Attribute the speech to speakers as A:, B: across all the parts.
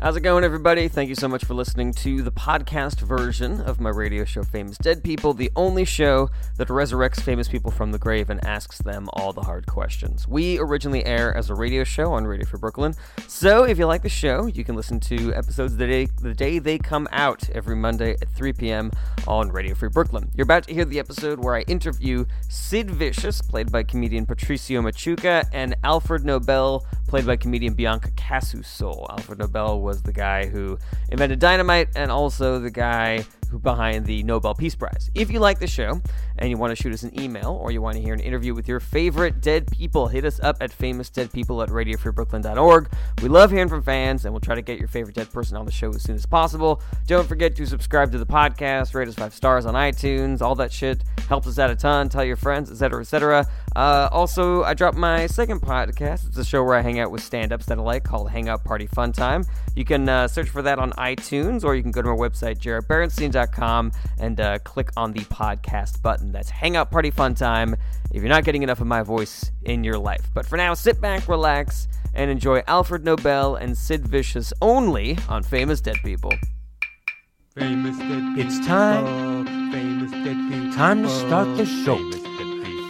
A: How's it going, everybody? Thank you so much for listening to the podcast version of my radio show, Famous Dead People, the only show that resurrects famous people from the grave and asks them all the hard questions. We originally air as a radio show on Radio for Brooklyn, so if you like the show, you can listen to episodes the day, the day they come out every Monday at 3 p.m. on Radio Free Brooklyn. You're about to hear the episode where I interview Sid Vicious, played by comedian Patricio Machuca, and Alfred Nobel, played by comedian Bianca Casusol. Alfred Nobel was the guy who invented dynamite and also the guy who behind the Nobel Peace Prize. If you like the show and you want to shoot us an email or you want to hear an interview with your favorite dead people, hit us up at famousdeadpeople at radiofreebrooklyn.org. We love hearing from fans and we'll try to get your favorite dead person on the show as soon as possible. Don't forget to subscribe to the podcast, rate us five stars on iTunes, all that shit helps us out a ton. Tell your friends, etc., etc. Uh, also, I dropped my second podcast. It's a show where I hang out with stand-ups that I like called Hangout Party Fun Time. You can uh, search for that on iTunes or you can go to my website, jaredberenstein.com, and uh, click on the podcast button. That's Hangout Party Fun Time if you're not getting enough of my voice in your life. But for now, sit back, relax, and enjoy Alfred Nobel and Sid Vicious only on Famous Dead People.
B: Famous dead
C: It's
B: people.
C: time.
B: Famous dead people.
C: Time to start the show.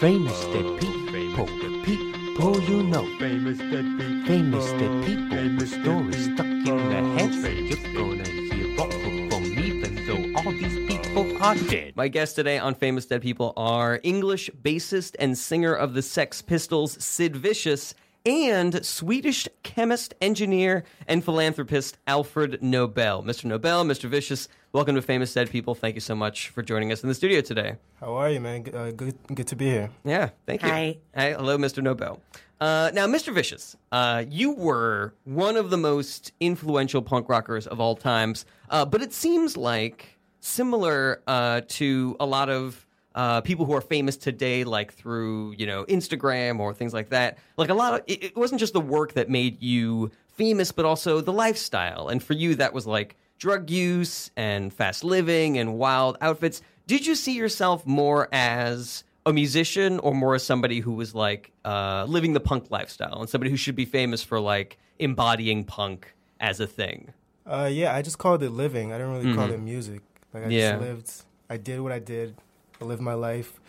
B: Famous Oh, dead people.
C: Famous dead people, people you know.
B: Famous dead people.
C: Famous dead people, the
B: Oh, Famous dead
C: stories stuck in
B: people. Oh,
C: the heads. You're gonna hear all from even though all these people are dead.
A: My guests today on Famous Dead People are English bassist and singer of the Sex Pistols, Sid Vicious, and Swedish chemist, engineer, and philanthropist Alfred Nobel. Mr. Nobel, Mr. Vicious, welcome to Famous Dead People. Thank you so much for joining us in the studio today.
D: How are you, man? G- Uh, good, good to be here.
A: Yeah, thank you.
E: Hi.
A: Hi, hello, Mr. Nobel. Uh, now, Mr. Vicious, uh, you were one of the most influential punk rockers of all times, uh, but it seems like similar uh, to a lot of uh, people who are famous today, like through you know Instagram or things like that. Like a lot of it, it wasn't just the work that made you famous, but also the lifestyle. And for you, that was like drug use and fast living and wild outfits. Did you see yourself more as a musician or more as somebody who was like uh, living the punk lifestyle and somebody who should be famous for like embodying punk as a thing?
D: Uh, yeah, I just called it living. I didn't really call it music. Like I
A: Mm-hmm. Yeah.
D: just lived. I did what I did. I lived my life.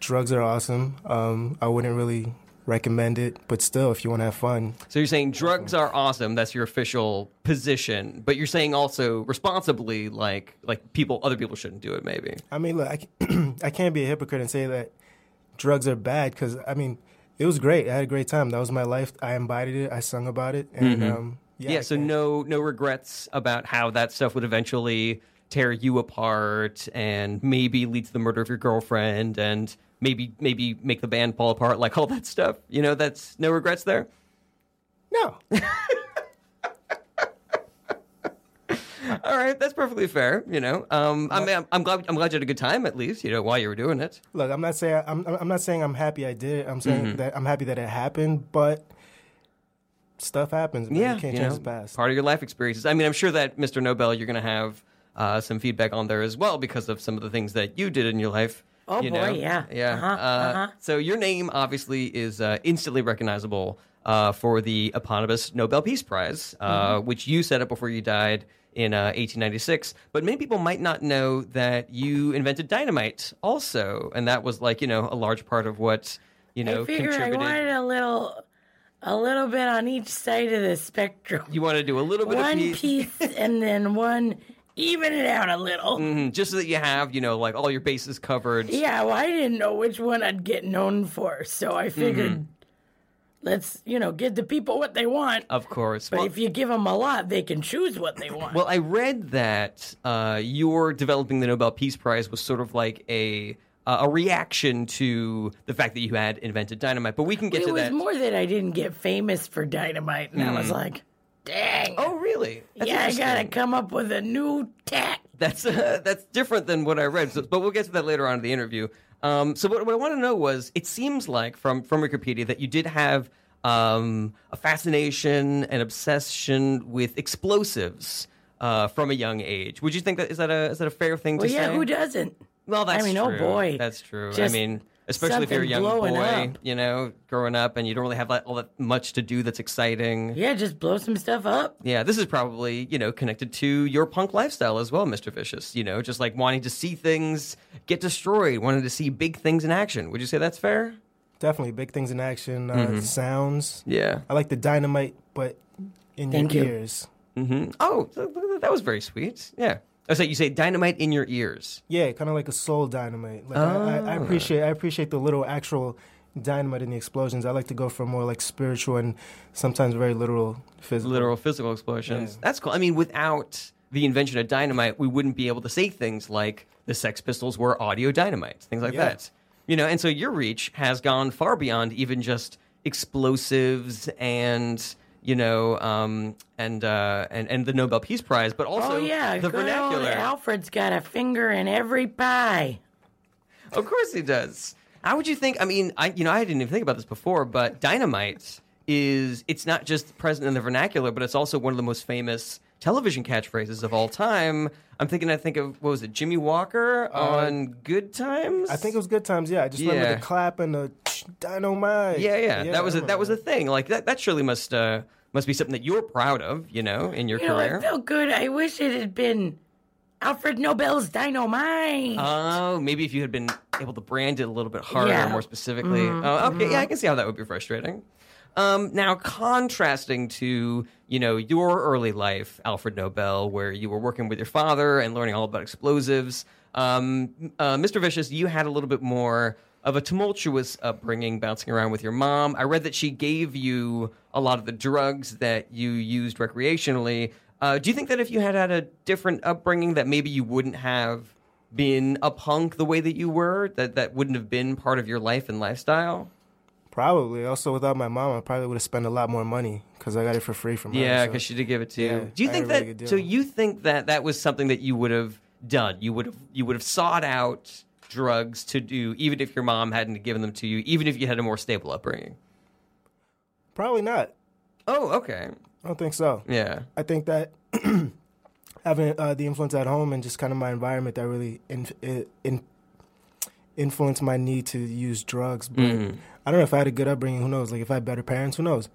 D: Drugs are awesome. Um, I wouldn't really recommend it, but still, if you want to have fun,
A: So you're saying drugs are awesome. That's your official position, but you're saying also responsibly, like like people, other people shouldn't do it. Maybe
D: I mean, look, I, c- I can't be a hypocrite and say that drugs are bad because I mean, it was great. I had a great time. That was my life. I embodied it. I sung about it, and um, yeah.
A: Mm-hmm. yeah.
D: I
A: so
D: can't-
A: no no regrets about how that stuff would eventually tear you apart and maybe lead to the murder of your girlfriend and maybe maybe make the band fall apart, like all that stuff. You know, that's no regrets there.
D: no.
A: All right, that's perfectly fair. You know, um, I mean, I'm, I'm glad I'm glad you had a good time at least. You know, while you were doing it.
D: Look, I'm not saying I'm I'm not saying I'm happy I did it. I'm saying
A: Mm-hmm.
D: that I'm happy that it happened, but stuff happens. Man.
A: Yeah,
D: you can't
A: you
D: change
A: know,
D: the past.
A: Part of your life experiences. I mean, I'm sure that Mr. Nobel, you're going to have uh, some feedback on there as well because of some of the things that you did in your life.
E: Oh,
A: you
E: boy,
A: know?
E: yeah.
A: yeah.
E: Uh-huh,
A: uh,
E: uh-huh.
A: So your name obviously is uh, instantly recognizable uh, for the eponymous Nobel Peace Prize, uh,
E: Mm-hmm.
A: which you set up before you died in uh, 1896. But many people might not know that you invented dynamite also, and that was like you know a large part of what you know
E: I figure I
A: contributed.
E: wanted a little, a little bit on each side of the spectrum.
A: you want to do a little bit
E: one
A: of
E: piece, and then one, even it out a little.
A: Mhm, just so that you have you know like all your bases covered
E: Yeah, well, I didn't know which one I'd get known for, so I
A: Mm-hmm.
E: figured, let's you know give the people what they want.
A: of course Uh,
E: but
A: well,
E: if you give them a lot, they can choose what they want.
A: well i read that uh, your developing the nobel peace prize was sort of like a uh, a reaction to the fact that you had invented dynamite but we can get
E: it
A: to
E: was
A: that Mm.
E: more that I didn't get famous for dynamite, and I was like, dang.
A: oh really That's
E: yeah, I gotta
A: interesting.
E: come up with a new tack.
A: that's uh, that's different than what I read. So, but we'll get to that later on in the interview. Um, so what, what I want to know was, it seems like from from Wikipedia that you did have um, a fascination and obsession with explosives uh, from a young age. Would you think that is that a is that a fair thing
E: Well,
A: to
E: yeah,
A: say?
E: who doesn't?
A: Well, that's
E: I mean,
A: true.
E: oh boy,
A: that's true.
E: Just
A: I mean, especially if you're a
E: Something
A: young
E: blowing
A: boy,
E: up.
A: you know, growing up and you don't really have like, all that much to do that's exciting.
E: Yeah, just blow some stuff up.
A: Yeah, this is probably, you know, connected to your punk lifestyle as well, Mr. Vicious. You know, just like wanting to see things get destroyed, wanting to see big things in action. Would you say that's fair?
D: Definitely big things in action. Uh,
A: Mm-hmm.
D: Sounds.
A: Yeah.
D: I like the dynamite, but in
E: Thank you.
D: your ears.
A: hmm Oh, th- th- that was very sweet. Yeah. I say you say dynamite in your ears.
D: Yeah, kind of like a soul dynamite. Like I, I, I
A: Oh.
D: appreciate I appreciate the little actual dynamite in the explosions. I like to go for more like spiritual and sometimes very literal physical.
A: Literal physical explosions.
D: Yeah.
A: That's cool. I mean, without the invention of dynamite, we wouldn't be able to say things like the Sex Pistols were audio dynamite, things like
D: Yeah.
A: that. You know, and so your reach has gone far beyond even just explosives and you know um, and uh, and and the Nobel Peace Prize, but also
E: oh yeah,
A: the
E: good
A: vernacular.
E: old Alfred's got a finger in every pie.
A: Of course he does. How would you think? I mean, I you know I didn't even think about this before, but dynamite is it's not just present in the vernacular, but it's also one of the most famous television catchphrases of all time. I'm thinking I think of what was it, Jimmy Walker on Good Times?
D: Uh, I think it was good times. Yeah, I just remember
A: Yeah.
D: the clap and the dynamite.
A: yeah, yeah,
D: I
A: that was a, that
D: remember
A: was a thing. Like that that surely must uh must be something that you're proud of, you know, in your
E: You know,
A: career.
E: it felt good. I wish it had been Alfred Nobel's Dynamite.
A: Oh, maybe if you had been able to brand it a little bit harder,
E: Yeah.
A: more specifically. Oh, okay, yeah, I can see how that would be frustrating. Um, now, contrasting to you know your early life, Alfred Nobel, where you were working with your father and learning all about explosives, um, uh, Mr. Vicious, you had a little bit more of a tumultuous upbringing, bouncing around with your mom. I read that she gave you a lot of the drugs that you used recreationally. Uh, do you think that if you had had a different upbringing, that maybe you wouldn't have been a punk the way that you were that that wouldn't have been part of your life and lifestyle
D: probably also without my mom. I probably would have spent a lot more money because I got it for free from her.
A: yeah
D: so-
A: because she did give it to you
D: Yeah,
A: do you
D: I
A: think
D: had a really
A: that
D: good
A: so
D: deal.
A: you think that that was something that you would have done you would have you would have sought out drugs to do even if your mom hadn't given them to you even if you had a more stable upbringing
D: probably not.
A: oh okay
D: I don't think so.
A: yeah
D: I think that having uh, the influence at home and just kind of my environment that really in, in, in influenced my need to use drugs. But
A: Mm-hmm.
D: I don't know if I had a good upbringing. Who knows? Like if I had better parents, who knows?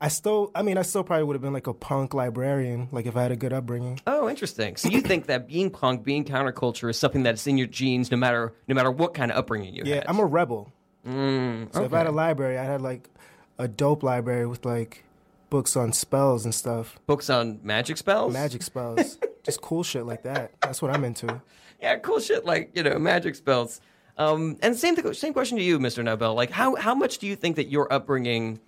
D: I still, I mean, I still probably would have been like a punk librarian. Like if I had a good upbringing.
A: Oh, interesting. So you think that being punk, being counterculture, is something that's in your genes, no matter no matter what kind of upbringing you
D: Yeah,
A: had.
D: I'm a rebel. So if I had a
A: Mm, Okay.
D: library, I had like a dope library with like books on spells and stuff,
A: books on magic spells,
D: magic spells, just cool shit like that. That's what I'm into.
A: yeah, cool shit like you know magic spells. Um, and same thing, same question to you, Mr. Nobel. Like, how how much do you think that your upbringing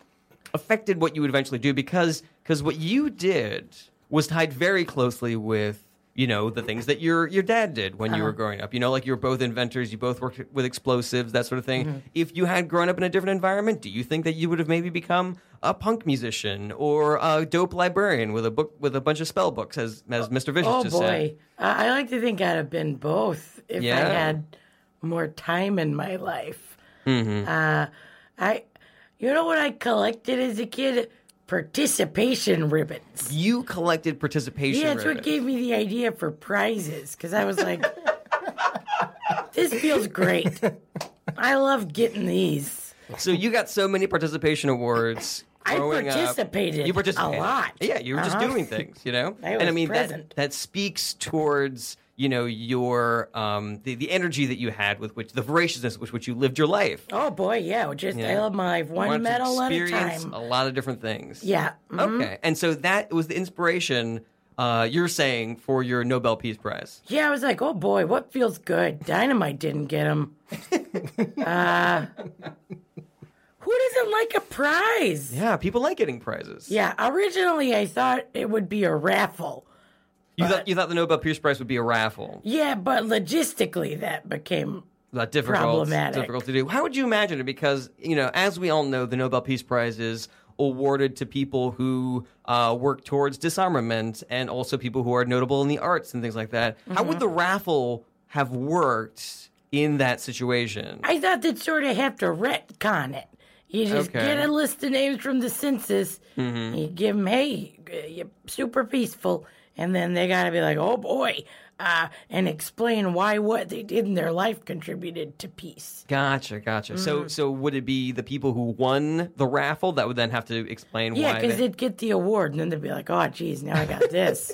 A: affected what you would eventually do? Because because what you did was tied very closely with you know the things that your your dad did when
E: Uh-huh.
A: you were growing up. You know, like you were both inventors, you both worked with explosives, that sort of thing.
E: Mm-hmm.
A: If you had grown up in a different environment, do you think that you would have maybe become a punk musician or a dope librarian with a book with a bunch of spell books, as as Mr. Vicious
E: oh
A: just
E: boy,
A: said?
E: I-, I like to think I'd have been both if I
A: Yeah.
E: had more time in my life.
A: Mm-hmm.
E: Uh, I, you know what I collected as a kid? Participation ribbons.
A: You collected participation.
E: Yeah, that's what
A: ribbons.
E: gave me the idea for prizes because I was like, this feels great. I love getting these.
A: So you got so many participation awards.
E: I
A: growing up.
E: participated
A: you participated
E: a lot.
A: Yeah, you were just
E: Uh-huh.
A: doing things, you know.
E: I
A: and I
E: was
A: mean that
E: present.
A: that speaks towards you know your um the, the energy that you had with which the voraciousness with which you lived your life.
E: Oh boy, yeah. Just I
A: Yeah.
E: love my one
A: Wanted to
E: medal at a
A: experience
E: time.
A: A Oh. lot of different things.
E: Yeah. mm, Mm-hmm.
A: Okay, and so that was the inspiration. Uh, you're saying for your Nobel Peace Prize.
E: Yeah, I was like, oh boy, what feels good? Dynamite didn't get him. uh, who doesn't like a prize?
A: Yeah, people like getting prizes.
E: Yeah, originally I thought it would be a raffle.
A: you thought you thought the Nobel Peace Prize would be a raffle.
E: Yeah, but logistically that became
A: that difficult,
E: Problematic.
A: difficult to do. How would you imagine it? Because you know, as we all know, the Nobel Peace Prize is awarded to people who uh, work towards disarmament and also people who are notable in the arts and things like that. How
E: Mm-hmm.
A: would the raffle have worked in that situation?
E: I thought they'd sort of have to retcon it You just
A: Okay. Mm-hmm.
E: get a list of names from the census. You give them, hey, you're super peaceful, and then they gotta be like, oh boy, uh, and explain why what they did in their life contributed to peace.
A: Gotcha, gotcha. So,
E: Mm-hmm.
A: so would it be the people who won the raffle that would then have to explain
E: Yeah,
A: why?
E: because
A: they-
E: they'd get the award, and then they'd be like, oh, geez, now I got this.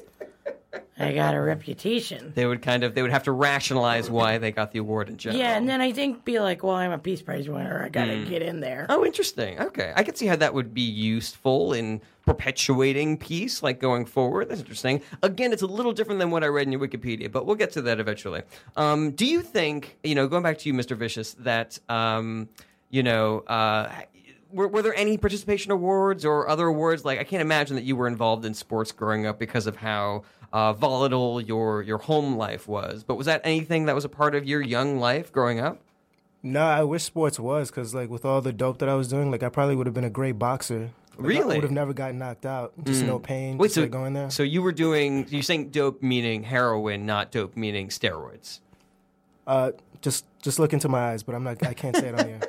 E: I got a reputation.
A: they would kind of they would have to rationalize why they got the award in general.
E: Yeah, and then I think be like, well, I'm a Peace Prize winner. I gotta get in there.
A: Oh, interesting. Okay, I could see how that would be useful in perpetuating peace, like going forward. That's interesting. Again, it's a little different than what I read in your Wikipedia, but we'll get to that eventually. Um, do you think, you know, going back to you, Mr. Vicious, that um, you know, uh, were, were there any participation awards or other awards? Like, I can't imagine that you were involved in sports growing up because of how uh, volatile your your home life was. But was that anything that was a part of your young life growing up?
D: No, I wish sports was because like with all the dope that I was doing, like I probably would have been a great boxer. Like,
A: Really? Mm.
D: I would have never gotten knocked out. Just no pain.
A: Wait,
D: just
A: so
D: like going there.
A: So you were doing? You're saying dope meaning heroin, not dope meaning steroids.
D: uh, just just look into my eyes, but I'm not. I can't say it on here.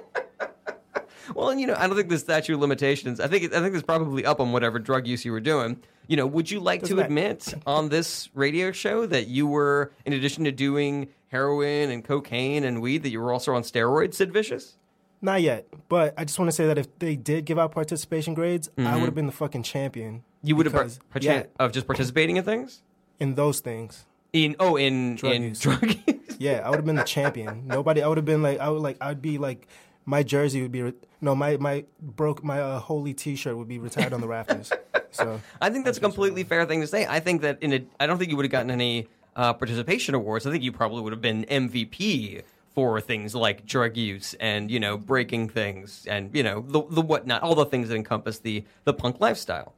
A: Well, and you know, I don't think the statute of limitations. I think it- I think it's probably up on whatever drug use you were doing. You know, would you like to
D: Doesn't that-
A: admit on this radio show that you were, in addition to doing heroin and cocaine and weed, that you were also on steroids? Sid Vicious.
D: Not yet. But I just want to say that if they did give out participation grades,
A: Mm-hmm.
D: I would have been the fucking champion.
A: You would have par-
D: because-
A: partic-
D: yeah,
A: of just participating in things.
D: in those things.
A: In oh, in
D: Drug
A: in
D: use.
A: drug use.
D: Yeah, I would have been the champion. Nobody. I would have been like. I would like. I'd be like. My jersey would be re- no. My my broke my uh, holy T-shirt would be retired on the rafters. So
A: I think that's a completely fair thing to say. I think that in a, I don't think you would have gotten any uh, participation awards. I think you probably would have been MVP for things like drug use and you know breaking things and you know the the whatnot, all the things that encompass the the punk lifestyle.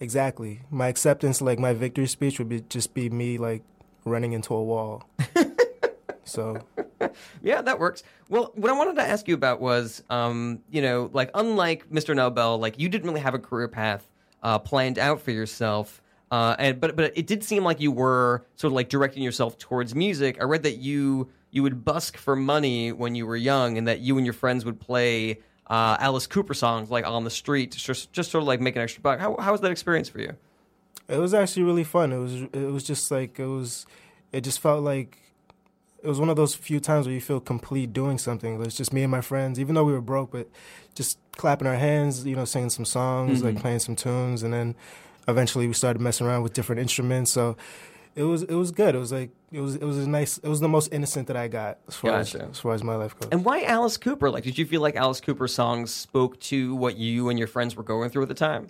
D: Exactly. My acceptance, like my victory speech, would be just be me like running into a wall. so
A: Yeah, that works. Well, what I wanted to ask you about was, um, you know, like unlike Mr. Nobel, like you didn't really have a career path uh, planned out for yourself. Uh, and but but it did seem like you were sort of like directing yourself towards music. I read that you you would busk for money when you were young, and that you and your friends would play uh, Alice Cooper songs like on the street, just just sort of like make an extra buck. How how was that experience for you?
D: it was actually really fun. It was it was just like it was it just felt like it was one of those few times where you feel complete doing something. It was just me and my friends, even though we were broke, but just clapping our hands, you know, singing some songs, like
A: Mm-hmm.
D: playing some tunes, and then eventually we started messing around with different instruments. So it was it was good. It was like it was it was a nice. It was the most innocent that I got as far
A: Gotcha.
D: as as far as my life goes.
A: And why Alice Cooper? Like, did you feel like Alice Cooper songs spoke to what you and your friends were going through at the time?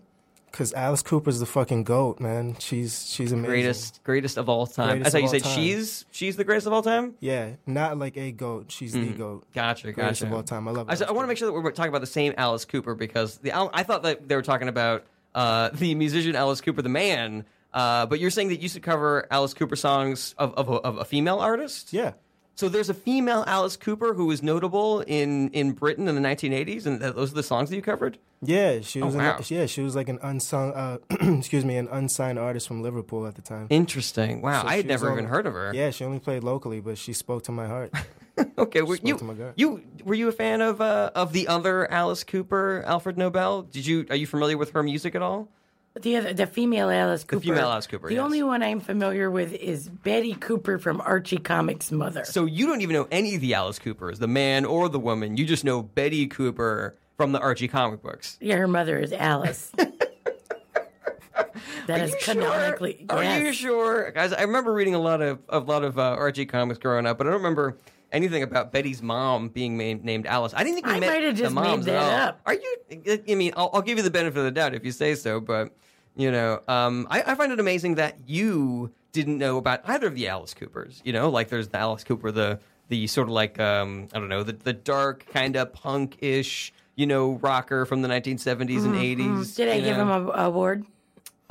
D: Cause Alice Cooper's the fucking goat, man. She's she's amazing.
A: greatest greatest of all time.
D: Greatest
A: I thought
D: of
A: you
D: all
A: said
D: time.
A: she's she's the greatest of all time.
D: Yeah, not like a goat. She's the goat.
A: Mm-hmm. Gotcha,
D: Greatest
A: gotcha.
D: of all time. I love.
A: I,
D: Alice
A: want to make sure that we're talking about the same Alice Cooper because the Al- I thought that they were talking about uh, the musician Alice Cooper, the man. Uh, but you're saying that you should cover Alice Cooper songs of of a, of a female artist.
D: Cooper. Yeah.
A: So there's a female Alice Cooper who was notable in in Britain in the 1980s, and that, those are the songs that you covered.
D: Yeah, she was.
A: Oh, wow.
D: an, yeah, she was like an unsung. Uh, excuse me, an unsigned artist from Liverpool at the time.
A: Interesting. Wow,
D: So
A: I had
D: she was
A: never
D: on-
A: even heard of her.
D: Yeah, she only played locally, but she spoke to my heart.
A: Okay, were
D: to my
A: you,
D: gut.
A: you were you a fan of uh, of the other Alice Cooper, Alfred Nobel? Did you are you familiar with her music at all?
E: But the other, the female Alice Cooper.
A: female Alice Cooper,
E: The
A: yes.
E: only one I'm familiar with is Betty Cooper from Archie Comics' mother.
A: So you don't even know any of the Alice Coopers, the man or the woman. You just know Betty Cooper from the Archie comic books.
E: yeah, her mother is Alice. That is
A: You sure?
E: canonically.
A: Are
E: yes.
A: you sure, guys? I remember reading a lot of a lot of uh, Archie comics growing up, but I don't remember anything about Betty's mom being ma- named Alice. I didn't think we
E: I
A: met
E: might have
A: the
E: just made
A: moms at
E: that
A: all.
E: up.
A: Are you? I mean, I'll, I'll give you the benefit of the doubt if you say so, but you know, um, I, I find it amazing that you didn't know about either of the Alice Coopers. You know, like there's the Alice Cooper, the the sort of like um, I don't know, the the dark kind of punk ish. You know, rocker from the 1970s and 80s.
E: Mm-hmm. Did I
A: you
E: give
A: know?
E: him a a award?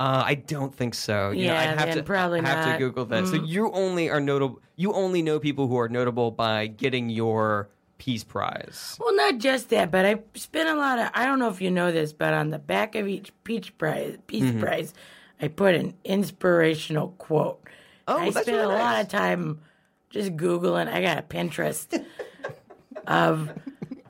A: Uh, I don't think so. You know,
E: Yeah,
A: I'd have
E: then
A: to
E: probably
A: I'd have to
E: not. Mm.
A: Google that. So you only are notable. You only know people who are notable by getting your Peace Prize.
E: Well, not just that, but I spent a lot of. I don't know if you know this, but on the back of each Peace Prize, Peace
A: Mm-hmm.
E: Prize, I put an inspirational quote.
A: Oh,
E: I
A: that's
E: spent
A: really
E: a lot
A: nice.
E: of time just googling. I got a Pinterest of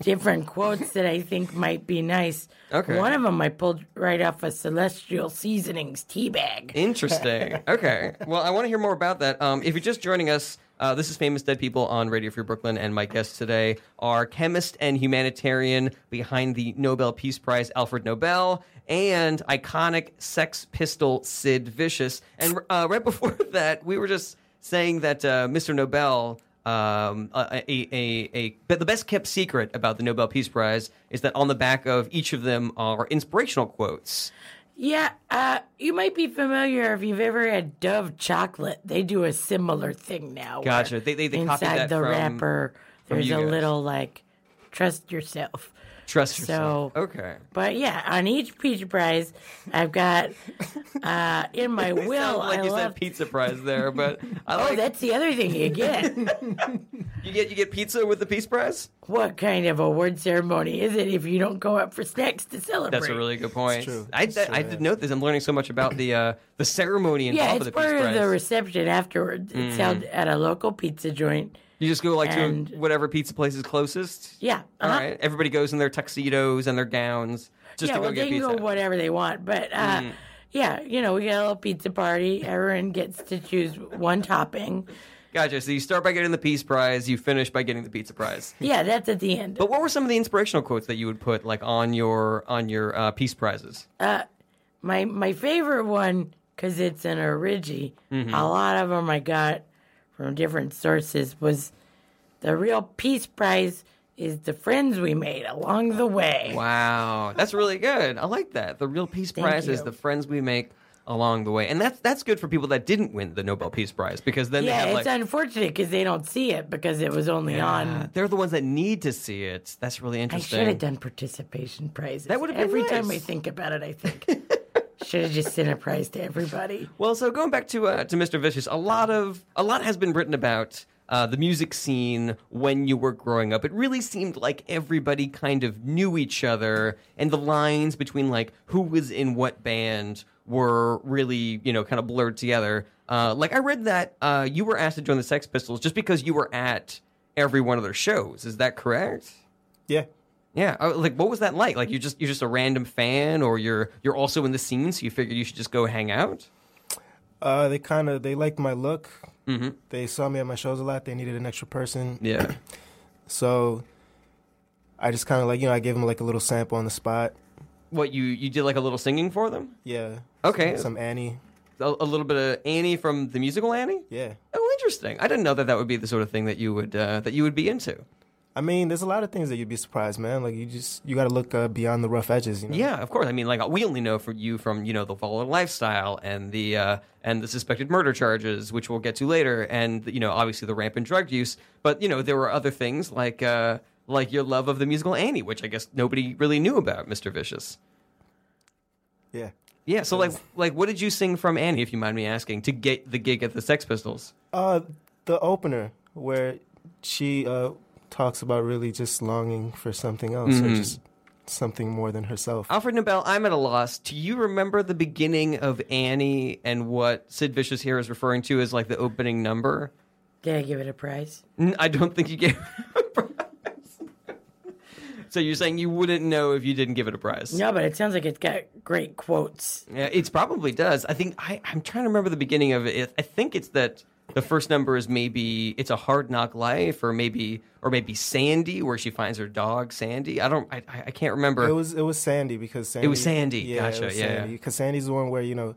E: different quotes that I think might be nice.
A: Okay.
E: One of them I pulled right off of Celestial Seasonings Teabag.
A: Interesting. Okay. Well, I want to hear more about that. Um, if you're just joining us, uh, this is Famous Dead People on Radio Free Brooklyn, and my guests today are chemist and humanitarian behind the Nobel Peace Prize, Alfred Nobel, and iconic Sex Pistol Sid Vicious. And uh, right before that, we were just saying that uh, Mr. Nobel. Um, a, a, a, a, but the best kept secret about the Nobel Peace Prize is that on the back of each of them are inspirational quotes.
E: Yeah, uh, you might be familiar if you've ever had Dove chocolate. They do a similar thing now. where
A: Gotcha. They- they- they copied
E: inside
A: that
E: the
A: from-
E: wrapper,
A: from
E: there's
A: you
E: a
A: guys.
E: little like, trust yourself.
A: Trust
E: So-
A: yourself. okay.
E: But yeah, on each peach prize, I've got uh, in my will.
A: Sounds like
E: I
A: you
E: love.
A: said pizza prize there, but I
E: Oh,
A: like
E: that's the other thing you get.
A: you get you get pizza with the peace prize.
E: what kind of award ceremony is it if you don't go out for snacks to celebrate?
A: That's a really good point.
D: true.
A: I,
D: It's
A: I,
D: true,
A: I
D: yeah.
A: did note this. I'm learning so much about the uh, the ceremony involved
E: yeah,
A: with
E: it's
A: the Mm.
E: part
A: peace
E: of
A: prize.
E: the reception afterwards. It's held at a local pizza joint.
A: you just go like
E: and-
A: to whatever pizza place is closest.
E: Yeah,
A: All
E: uh-huh.
A: right. Everybody goes in their tuxedos and their gowns just
E: yeah,
A: to go
E: well,
A: get
E: they can
A: pizza. Mm-hmm.
E: go whatever they want, but uh, yeah, you know, we got a little pizza party. Everyone gets to choose one topping.
A: Gotcha. So you start by getting the peace prize. You finish by getting the pizza prize.
E: Yeah, that's at the end.
A: But what were some of the inspirational quotes that you would put like on your on your uh, peace prizes?
E: Uh, my my favorite one because it's an origi.
A: Mm-hmm.
E: A lot of them I got from different sources was the real peace prize is the friends we made along the way.
A: Wow, that's really good. I like that. The real Peace
E: Thank
A: Prize is
E: you.
A: the friends we make along the way, and that's that's good for people that didn't win the Nobel Peace Prize because then
E: Yeah,
A: they have
E: it's
A: like
E: unfortunate because they don't see it because it was only
A: uh,
E: on.
A: they're the ones that need to see it. That's really
E: I
A: interesting.
E: should have done participation prizes.
A: That would've been
E: every time I
A: nice.
E: think about it. I think should have just sent a prize to everybody.
A: Well, so going back to uh, to Mr. Vicious, a lot of a lot has been written about uh, the music scene when you were growing up. It really seemed like everybody kind of knew each other, and the lines between like who was in what band were really you know kind of blurred together. Uh, like I read that uh, you were asked to join the Sex Pistols just because you were at every one of their shows. Is that correct?
D: Yeah.
A: Yeah, uh, like what was that like? Like you just you're just a random fan, or you're you're also in the scene, so you figured you should just go hang out.
D: Uh, they kind of they liked my look. Mm-hmm. They saw me at my shows a lot. They needed an extra person,
A: Yeah.
D: so I just kind of like you know I gave them like a little sample on the spot.
A: What you you did like a little singing for them?
D: Yeah.
A: Okay.
D: Some Annie.
A: A, a little bit of Annie from the musical Annie.
D: Yeah.
A: Oh, interesting. I didn't know that that would be the sort of thing that you would uh, that you would be into.
D: I mean, there's a lot of things that you'd be surprised, man. Like you just you got to look uh, beyond the rough edges. You know?
A: Yeah, of course. I mean, like we only know for you from you know the Volatile Lifestyle and the uh, and the suspected murder charges, which we'll get to later, and you know obviously the rampant drug use. But you know there were other things like uh, like your love of the musical Annie, which I guess nobody really knew about, Mister Vicious. Um,
D: Yeah.
A: Yeah. So like like what did you sing from Annie, if you mind me asking, to get the gig at the Sex Pistols?
D: Uh, the opener where she uh talks about really just longing for something else or just something more than herself.
A: Alfred Nobel, Mm-hmm. I'm at a loss. Do you remember the beginning of Annie and what Sid Vicious here is referring to as like the opening number?
E: Did I give it a prize?
A: N- I don't think you gave it a prize. so you're saying you wouldn't know if you didn't give it a prize?
E: No, but it sounds like it's got great quotes.
A: Yeah, it probably does. I think I, I'm trying to remember the beginning of it. I think it's that the first number is maybe it's a hard knock life, or maybe or maybe Sandy, where she finds her dog Sandy. I don't. I, I I can't remember.
D: It was it was Sandy because Sandy.
A: was Sandy. Gotcha, yeah, yeah.
D: Because Sandy's the one where you know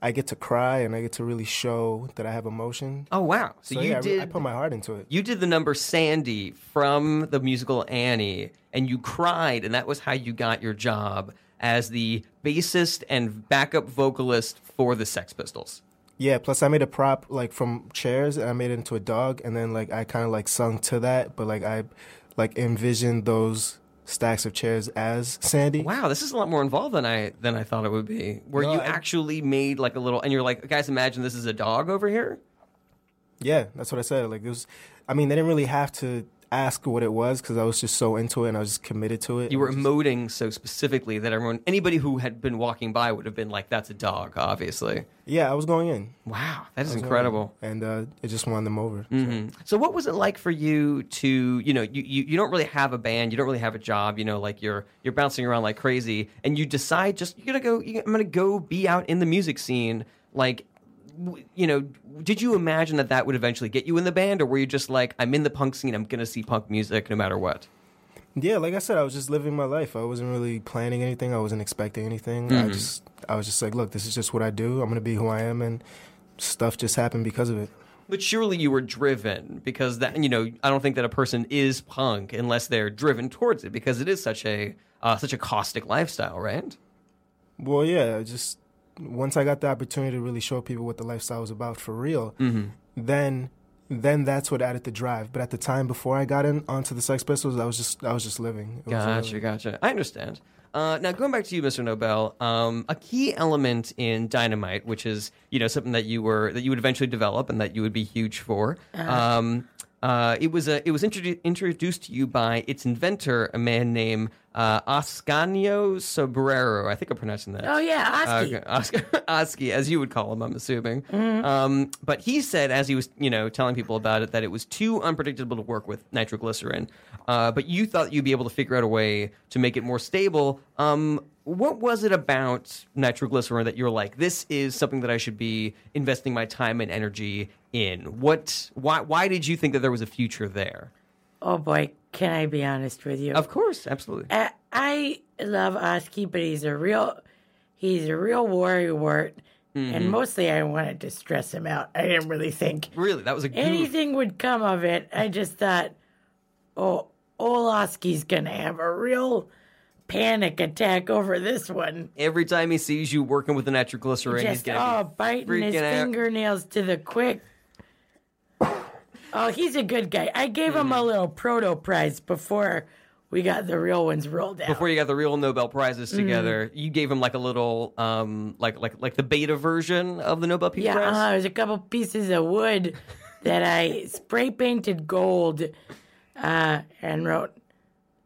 D: I get to cry and I get to really show that I have emotion.
A: oh wow! So,
D: So
A: you
D: yeah, I re-
A: did.
D: I, put my heart into it.
A: you did the number Sandy from the musical Annie, and you cried, and that was how you got your job as the bassist and backup vocalist for the Sex Pistols.
D: Yeah. Plus, I made a prop like from chairs and I made it into a dog, and then like I kind of like sung to that, but like I like envisioned those stacks of chairs as Sandy.
A: Wow, this is a lot more involved than I than I thought it would be. Where
D: No,
A: you
D: I-
A: actually made like a little, and you're like, guys, imagine this is a dog over here.
D: Yeah, that's what I said. Like it was, I mean, they didn't really have to. ask what it was because I was just so into it and I was just committed to it.
A: You were
D: Just-
A: emoting so specifically that everyone, anybody who had been walking by would have been like, that's a dog, obviously.
D: yeah, I was going in.
A: Wow, that is incredible. Mm-hmm.
D: And uh, it just won them over.
A: So, what was it like for you to, you know, you, you, you don't really have a band, you don't really have a job, you know, like you're you're bouncing around like crazy, and you decide just you're gonna go, you, I'm gonna go be out in the music scene. Like, w- you know, did you imagine that that would eventually get you in the band, or were you just like, I'm in the punk scene, I'm gonna see punk music no matter what?
D: Yeah, like I said, I was just living my life. I wasn't really planning anything. I wasn't expecting anything.
A: Mm-hmm.
D: I just, I was just like, look, this is just what I do. I'm gonna be who I am, and stuff just happened because of it.
A: But surely you were driven because that you know I don't think that a person is punk unless they're driven towards it because it is such a uh, such a caustic lifestyle, right?
D: Well, yeah, I just once I got the opportunity to really show people what the lifestyle was about for real,
A: Mm-hmm.
D: then then that's what added the drive. But at the time before I got in onto the Sex Pistols, I was just I was just living. It was
A: Gotcha, gotcha. I understand. Uh, now going back to you, Mr. Nobel, um, a key element in Dynamite, which is you know something that you were that you would eventually develop and that you would be huge for. Um, uh, it was a, it was introdu- introduced to you by its inventor, a man named uh, Ascanio Sobrero. I think I'm pronouncing that.
E: Oh, yeah, Oski.
A: Okay, Oscar Oski, as you would call him, I'm assuming.
E: Mm-hmm.
A: Um, but he said, as he was, you know, telling people about it, that it was too unpredictable to work with nitroglycerin. Uh, but you thought you'd be able to figure out a way to make it more stable. Um, what was it about nitroglycerin that you were like, this is something that I should be investing my time and energy in? What? Why? Why did you think that there was a future there?
E: Oh boy, can I be honest with you?
A: Of course, absolutely.
E: I, I love Oski, but he's a real he's a real worrywart,
A: Mm-hmm.
E: and mostly I wanted to stress him out. I didn't really think
A: Really, that was a goof.
E: anything would come of it. I just thought, oh, Olaski's gonna have a real panic attack over this one.
A: Every time he sees you working with the nitroglycerin, he's
E: Just
A: gonna be
E: oh, biting his
A: freaking out.
E: fingernails to the quick. Oh, he's a good guy. I gave him
A: Mm.
E: a little proto prize before we got the real ones rolled out.
A: before you got the real Nobel prizes
E: Mm-hmm.
A: together, you gave him like a little, um, like like like the beta version of the Nobel Peace
E: Yeah,
A: Prize.
E: uh, there's a couple pieces of wood that I spray painted gold uh, and wrote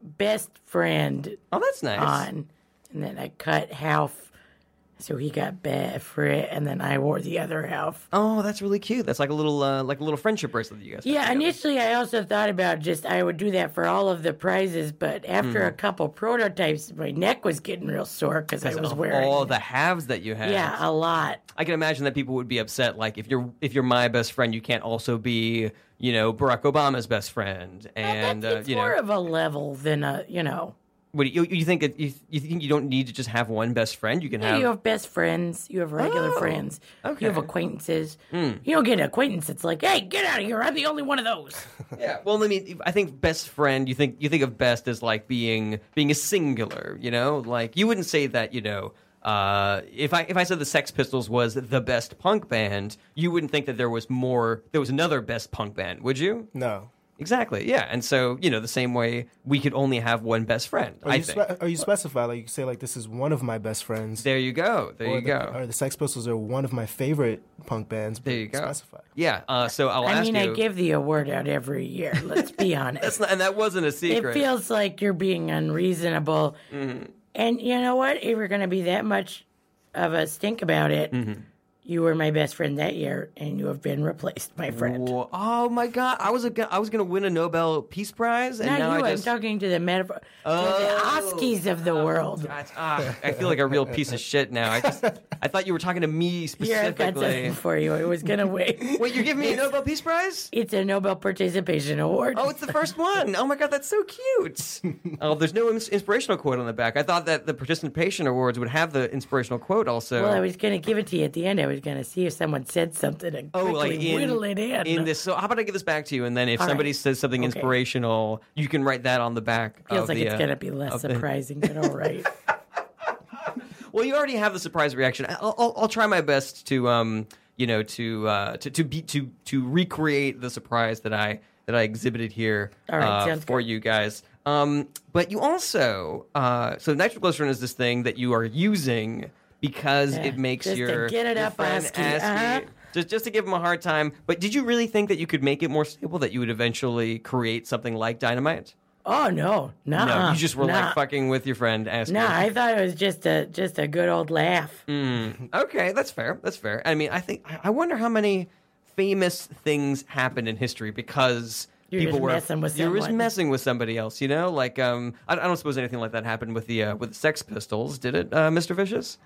E: "best friend"
A: Oh, that's nice.
E: on, and then I cut half, so he got bad for it, and then I wore the other half.
A: Oh, that's really cute. That's like a little, uh, like a little friendship bracelet that you guys. got
E: Yeah,
A: together.
E: initially I also thought about just I would do that for all of the prizes, but after
A: Mm-hmm.
E: a couple prototypes, my neck was getting real sore because I was
A: Of
E: wearing
A: all the halves that you had.
E: yeah a lot.
A: I can imagine that people would be upset. Like if you're if you're my best friend, you can't also be you know Barack Obama's best friend. And
E: That's-
A: uh,
E: Oh, it's
A: you
E: more
A: know,
E: of a level than a you know.
A: what do you, you think it, you, you think you don't need to just have one best friend. You can
E: Yeah,
A: have
E: you have best friends. You have regular friends.
A: Oh, okay. Hmm.
E: You have acquaintances. You don't get an acquaintance that's like, hey, get out of here. I'm the only one of those.
A: Yeah. Well, I mean, I think best friend. You think you think of best as like being being a singular. You know, like you wouldn't say that. You know, uh, if I if I said the Sex Pistols was the best punk band, you wouldn't think that there was more. There was another best punk band, would you?
D: No.
A: Exactly. Yeah. And so you know, the same way we could only have one best friend.
D: Or
A: I
D: you,
A: think.
D: spe- or you specify like you say like this is one of my best friends.
A: there you go. There
D: or
A: you
D: the,
A: go.
D: Or the Sex Pistols are one of my favorite punk bands. But
A: there you go.
D: Specify.
A: Yeah. Uh, so I'll
E: I
A: ask
E: mean,
A: you.
E: I give the award out every year. Let's be honest.
A: That's not- and that wasn't a
E: it
A: secret. Mm-hmm.
E: feels like you're being unreasonable. And you know what? If you're going to be that much of a stink about it,
A: Mm-hmm.
E: you were my best friend that year, and you have been replaced, my friend.
A: Whoa. Oh my God! I was a, go- I was gonna win a Nobel Peace Prize, and
E: Not
A: now
E: you.
A: I just Oh,
E: I'm talking to the metaphor, to the Oskies of the world.
A: That's- ah, I feel like a real piece of shit now. I just I thought you were talking to me
E: Here, I've got
A: specifically.
E: something for you. I was going to wait.
A: Wait, you're giving me a Nobel Peace Prize?
E: It's a Nobel Participation Award.
A: Oh, it's the first one. Oh my god, that's so cute. Oh, there's no ins- inspirational quote on the back. I thought that the participation awards would have the inspirational quote also.
E: well, I was going to give it to you at the end. I was going to see if someone said something and
A: Oh,
E: quickly
A: like in,
E: whittle it in.
A: in this. So, how about I give this back to you, and then if
E: All right.
A: somebody says something
E: Okay.
A: inspirational, you can write that on the back.
E: Feels
A: of
E: like
A: the,
E: it's
A: uh,
E: going to be less
A: of the-
E: surprising, but all right.
A: Well, you already have the surprise reaction. I'll, I'll, I'll try my best to, um, you know, to uh, to to be to to recreate the surprise that I that I exhibited here
E: All right,
A: uh,
E: sounds
A: for you guys. Um, but you also, uh, so nitroglycerin is this thing that you are using because
E: Yeah,
A: it makes
E: just to
A: your
E: get it
A: your
E: up
A: friend
E: Oski,
A: Aski-
E: uh-huh.
A: Just just to give him a hard time. But did you really think that you could make it more stable? That you would eventually create something like dynamite?
E: Oh no, nah.
A: No, you just were
E: nah.
A: like fucking with your friend asking.
E: Nah, I thought it was just a just a good old laugh.
A: Mm. Okay, that's fair. That's fair. I mean, I think I- I wonder how many famous things happened in history because
E: You're
A: people
E: just
A: were
E: messing with
A: you were just
E: someone.
A: messing with somebody else. You know, like um, I, I don't suppose anything like that happened with the uh, with the Sex Pistols, did it, uh, Mr. Vicious?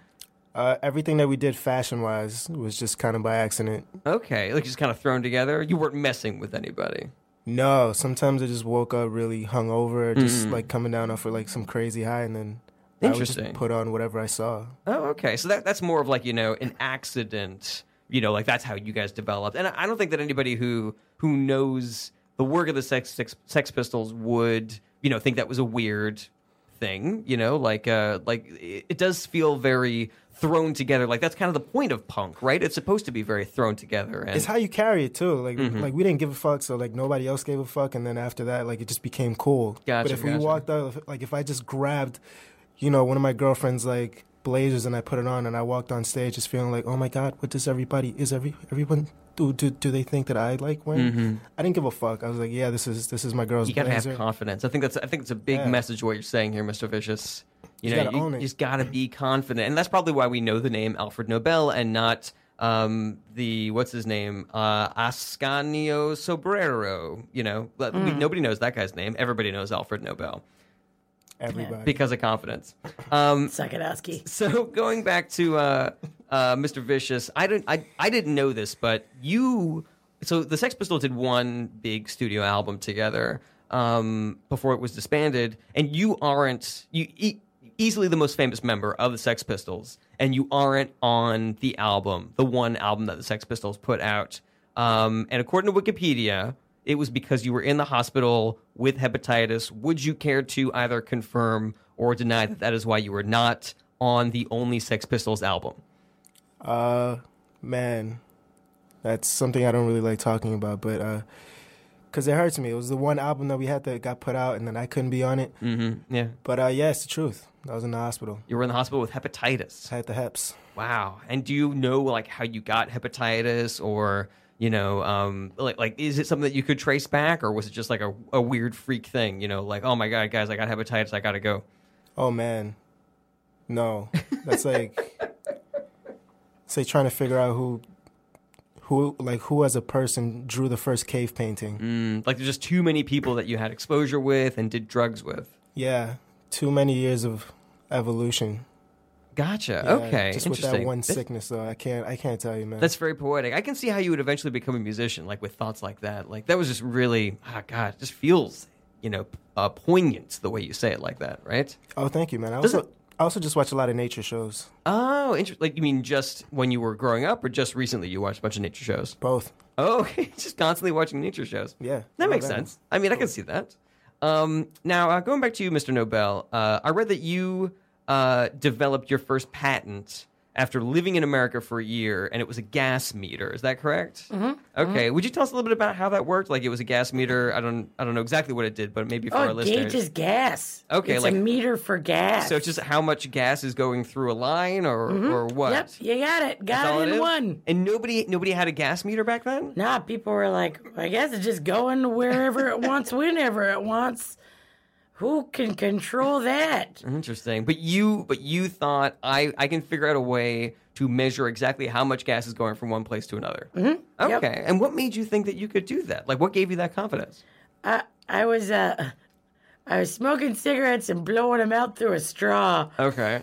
D: Uh, everything that we did fashion wise was just kind of by accident.
A: Okay, like just kind of thrown together. You weren't messing with anybody.
D: No, sometimes I just woke up really hungover, just
A: Mm-hmm.
D: like coming down off of like some crazy high, and then I would
A: Interesting.
D: just put on whatever I saw.
A: Oh, okay. So that that's more of like you know an accident. You know, like that's how you guys developed. And I I don't think that anybody who who knows the work of the Sex Sex, sex Pistols would you know think that was a weird thing. You know, like uh like it, it does feel very thrown together. Like that's kind of the point of punk, right? It's supposed to be very thrown together. And Mm-hmm.
D: It's how you carry it too. Like like we didn't give a fuck, so like nobody else gave a fuck, and then after that, like it just became cool.
A: Gotcha,
D: but if
A: gotcha.
D: we walked out, if- like if I just grabbed, you know, one of my girlfriend's like blazers and I put it on, and I walked on stage, just feeling like, oh my god, what does everybody is every everyone do do, do they think that I like wearing? I didn't give a fuck. I was like, yeah, this is this is my girl's
A: Mm-hmm. you gotta
D: blazer.
A: have confidence. I think that's I think it's a big
D: Yeah.
A: message what you're saying here, Mr. Vicious. You,
D: You
A: know,
D: gotta
A: you
D: own it.
A: just gotta be confident, and that's probably why we know the name Alfred Nobel and not um, the what's his name uh, Ascanio Sobrero. You know, But we- nobody knows that guy's name. Everybody knows Alfred Nobel
D: Everybody.
A: because of confidence. Um,
E: Suck it, Oski.
A: so going back to uh, uh, Mr. Vicious, I don't, I, I didn't know this, but you, so the Sex Pistols did one big studio album together um, before it was disbanded, and you aren't you e- easily the most famous member of the Sex Pistols, and you aren't on the album, the one album that the Sex Pistols put out. Um, and according to Wikipedia, it was because you were in the hospital with hepatitis. Would you care to either confirm or deny that that is why you were not on the only Sex Pistols album?
D: Uh, man, that's something I don't really like talking about, but uh 'cause cause it hurts me. It was the one album that we had that got put out, and then I couldn't be on it.
A: Mm-hmm. Yeah.
D: But uh, yeah, it's the truth. I was in the hospital.
A: You were in the hospital with hepatitis.
D: I had the heps.
A: Wow. And do you know like how you got hepatitis or you know, um, like, like, is it something that you could trace back, or was it just like a, a weird freak thing? You know, like, oh my god, guys, I got hepatitis, I gotta go.
D: Oh man, no, that's like it's like trying to figure out who, who like who as a person drew the first cave painting.
A: Mm, like, there's just too many people that you had exposure with and did drugs with.
D: Yeah, too many years of evolution.
A: Gotcha.
D: Yeah,
A: okay.
D: just with
A: Interesting.
D: that one
A: That's-
D: sickness though. I can't. I can't tell you, man.
A: That's very poetic. I can see how you would eventually become a musician, like with thoughts like that. Like that was just really, ah, God, it just feels, you know, uh, poignant the way you say it like that, right?
D: oh, thank you, man. I
A: Does
D: also I also just watch a lot of nature shows.
A: Oh, interesting. Like you mean just when you were growing up, or just recently you watched a bunch of nature shows?
D: Both.
A: Oh, okay. just constantly watching nature shows.
D: Yeah.
A: That
D: Oh,
A: makes
D: that-
A: sense. I mean, I can see that. Um, now, uh, going back to you, Mr. Nobel, uh, I read that you uh, developed your first patent after living in America for a year, and it was a gas meter. Is that correct? Mm-hmm. Okay. Would you tell us a little bit about how that worked? Like, it was a gas meter. I don't, I don't know exactly what it did, but maybe for our
E: Oh, it
A: listeners.
E: gauges gas.
A: Okay,
E: it's
A: like-
E: a meter for gas.
A: So it's just how much gas is going through a line, or or what?
E: Mm-hmm. Yep, you got it.
A: That's all
E: Got it in
A: is?
E: one.
A: And nobody, nobody had a gas meter back then.
E: Nah, people were like, I guess it's just going wherever it wants, whenever it wants. Who can control that?
A: Interesting. But you but you thought I I can figure out a way to measure exactly how much gas is going from one place to another. Mm-hmm.
E: Yep.
A: Okay. And what made you think that you could do that? Like what gave you that confidence?
E: I, I was uh, I was smoking cigarettes and blowing them out through a straw,
A: Okay.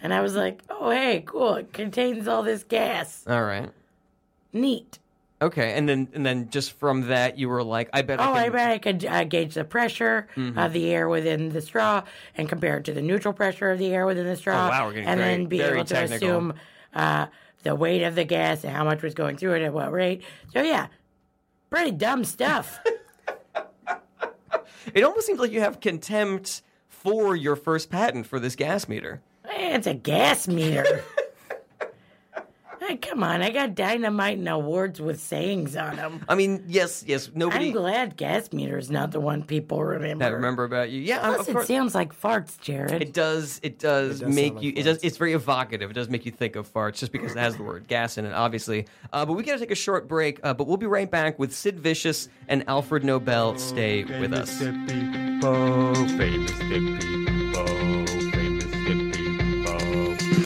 E: and I was like, oh hey, cool, it contains all this gas.
A: All right.
E: Neat.
A: Okay. And then and then just from that you were like I bet
E: Oh,
A: I
E: I
A: can Mm-hmm.
E: bet I could uh, gauge the pressure of the air within the straw and compare it to the neutral pressure of the air within the straw.
A: Oh, wow, we're getting
E: and
A: very-
E: then be
A: very
E: able to
A: technical.
E: assume uh, the weight of the gas and how much was going through it at what rate. So, yeah, pretty dumb stuff.
A: It almost seems like you have contempt for your first patent for this gas meter.
E: Eh, it's a gas meter. Hey, come on, I got dynamite and awards with sayings on them.
A: I mean, yes, yes.
E: I'm
A: Nobody
E: glad gas meter's not the one people remember.
A: that remember about you. Yeah, I'm-
E: Plus,
A: of
E: it
A: course.
E: sounds like farts, Jared.
A: It does. It does,
D: does
A: make
D: sound
A: you.
D: like
A: It does.
D: farts.
A: It's very evocative. It does make you think of farts just because it has the word gas in it, obviously. Uh, but we gotta take a short break. Uh, but we'll be right back with Sid Vicious and Alfred Nobel. Stay with us.
B: The people, famous the people, famous the people.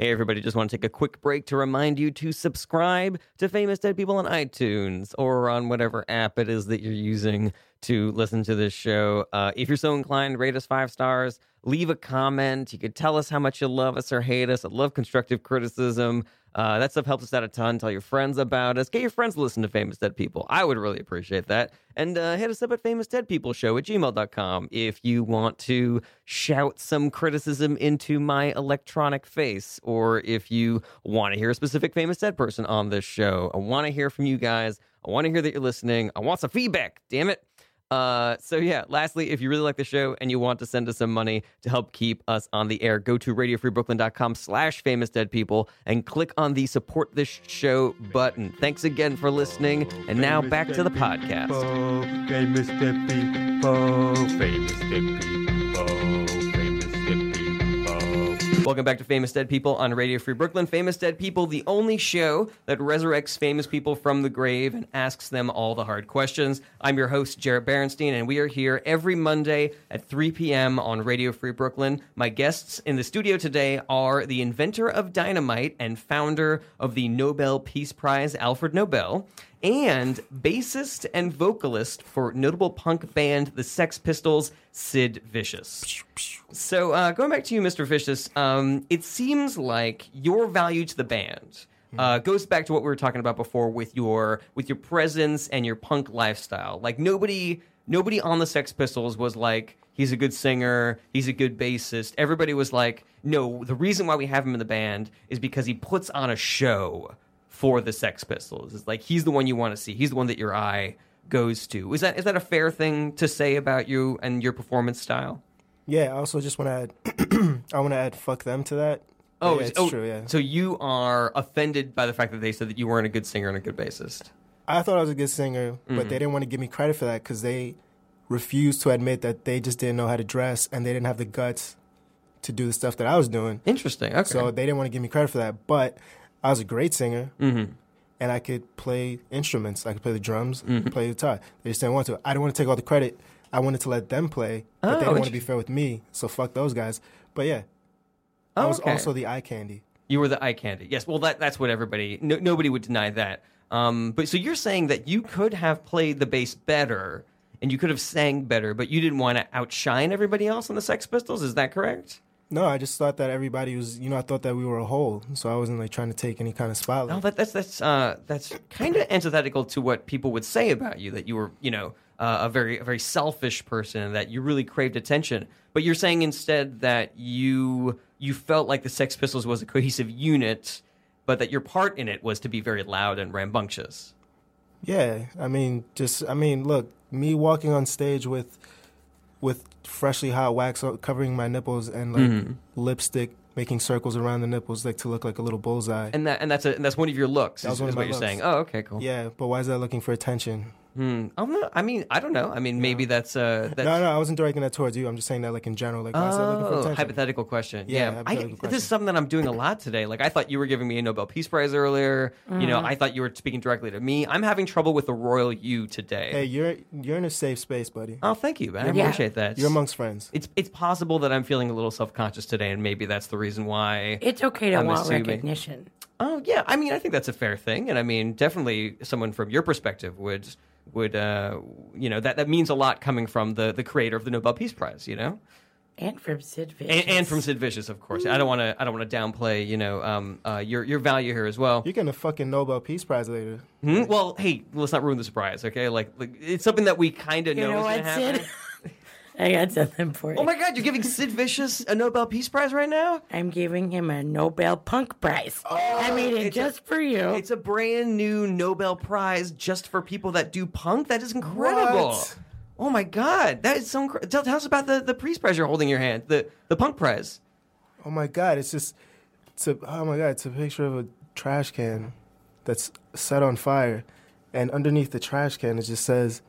A: Hey, everybody, just want to take a quick break to remind you to subscribe to Famous Dead People on iTunes or on whatever app it is that you're using to listen to this show. Uh, if you're so inclined, rate us five stars, leave a comment. You could tell us how much you love us or hate us. I love constructive criticism. Uh, that stuff helps us out a ton. Tell your friends about us. Get your friends to listen to Famous Dead People. I would really appreciate that. And uh, hit us up at famousdeadpeopleshow at gmail.com if you want to shout some criticism into my electronic face or if you want to hear a specific famous dead person on this show. I want to hear from you guys. I want to hear that you're listening. I want some feedback, damn it. Uh, so yeah, lastly, if you really like the show and you want to send us some money to help keep us on the air, go to radiofreebrooklyn.com slash famous dead people and click on the support this show button. Thanks again for listening. And now back to the podcast.
B: Famous the people, famous the people, famous the people.
A: Welcome back to Famous Dead People on Radio Free Brooklyn. Famous Dead People, the only show that resurrects famous people from the grave and asks them all the hard questions. I'm your host, Jarrett Berenstein, and we are here every Monday at 3 p.m. on Radio Free Brooklyn. My guests in the studio today are the inventor of dynamite and founder of the Nobel Peace Prize, Alfred Nobel, and bassist and vocalist for notable punk band The Sex Pistols, Sid Vicious. So uh, going back to you, Mr. Vicious, um, it seems like your value to the band uh, goes back to what we were talking about before with your with your presence and your punk lifestyle. Like nobody nobody on the Sex Pistols was like he's a good singer, he's a good bassist. Everybody was like, no, the reason why we have him in the band is because he puts on a show for the Sex Pistols. It's like he's the one you want to see. He's the one that your eye goes to. Is that is that a fair thing to say about you and your performance style?
D: Yeah. I also just want to add, I want to add fuck them to that.
A: Oh,
D: yeah,
A: is-
D: it's
A: oh,
D: true. Yeah.
A: So you are offended by the fact that they said that you weren't a good singer and a good bassist.
D: I thought I was a good singer,
A: Mm-hmm.
D: but they didn't want to give me credit for that because they refused to admit that they just didn't know how to dress and they didn't have the guts to do the stuff that I was doing.
A: Interesting. Okay.
D: So they didn't want to give me credit for that. But I was a great singer,
A: Mm-hmm.
D: and I could play instruments. I could play the drums,
A: Mm-hmm.
D: play the guitar. They just didn't want to. I didn't want to take all the credit. I wanted to let them play, but
A: Oh,
D: they didn't want to be fair with me. So fuck those guys. But yeah, I was
A: okay.
D: also the eye candy.
A: you were the eye candy. Yes. Well, that that's what everybody. No, nobody would deny that. Um, but so you're saying that you could have played the bass better and you could have sang better, but you didn't want to outshine everybody else in the Sex Pistols. Is that correct?
D: No, I just thought that everybody was. You know, I thought that we were a whole, so I wasn't like trying to take any kind of spotlight.
A: No, that, that's that's uh, that's kind of antithetical to what people would say about you that you were, you know, uh, a very a very selfish person and that you really craved attention. But you're saying instead that you you felt like the Sex Pistols was a cohesive unit, but that your part in it was to be very loud and rambunctious.
D: Yeah, I mean, just I mean, look, me walking on stage with with freshly hot wax o- covering my nipples and like
A: Mm-hmm.
D: lipstick, making circles around the nipples, like to look like a little bullseye.
A: And that and that's a, and that's one of your looks.
D: That
A: Is,
D: was one
A: is
D: of
A: what
D: my
A: you're
D: looks.
A: saying. Oh, okay, cool. Hmm.
D: yeah, but why is that looking for attention?
A: I'm not, I mean, I don't know. I mean, maybe that's uh, that's
D: No, no, I wasn't directing that towards you. I'm just saying that like in general, like why is that looking for
A: Oh,
D: attention?
A: hypothetical question.
D: Yeah,
A: Yeah, I,
D: hypothetical
A: this
D: question.
A: is something that I'm doing a lot today. Like I thought you were giving me a Nobel Peace Prize earlier. You know, I thought you were speaking directly to me. I'm having trouble with the royal you today.
D: hey, you're you're in a safe space, buddy.
A: Oh, thank you, man. I
E: Yeah.
A: appreciate that.
D: You're amongst friends.
A: it's it's possible that I'm feeling a little self conscious today, and maybe that's the reason why.
E: it's okay to
A: I'm
E: want
A: assuming.
E: recognition.
A: Oh yeah, I mean, I think that's a fair thing, and I mean, definitely, someone from your perspective would would uh, you know that that means a lot coming from the the creator of the Nobel Peace Prize. You know.
E: And from Sid Vicious.
A: and, and from Sid Vicious, of course. I don't want to. I don't want to downplay, you know, um, uh, your your value here as well.
D: You're getting a fucking Nobel Peace Prize later.
A: Hmm? Well, hey, let's not ruin the surprise, okay? Like, like it's something that we kind of
E: You
A: know,
E: know
A: is gonna
E: what,
A: happen.
E: Sid? I got something for you.
A: Oh my God, you're giving Sid Vicious a Nobel Peace Prize right now?
E: I'm giving him a Nobel Punk Prize. I made it
A: Oh, it's a-
E: just for you.
A: It's a brand new Nobel Prize just for people that do punk. That is incredible.
D: What?
A: Oh my God, that is so. Inc- tell, tell us about the the Peace Prize you're holding in your hand, the the punk prize.
D: Oh my god, it's just it's a oh my god, it's a picture of a trash can. that's set on fire, and underneath the trash can it just says,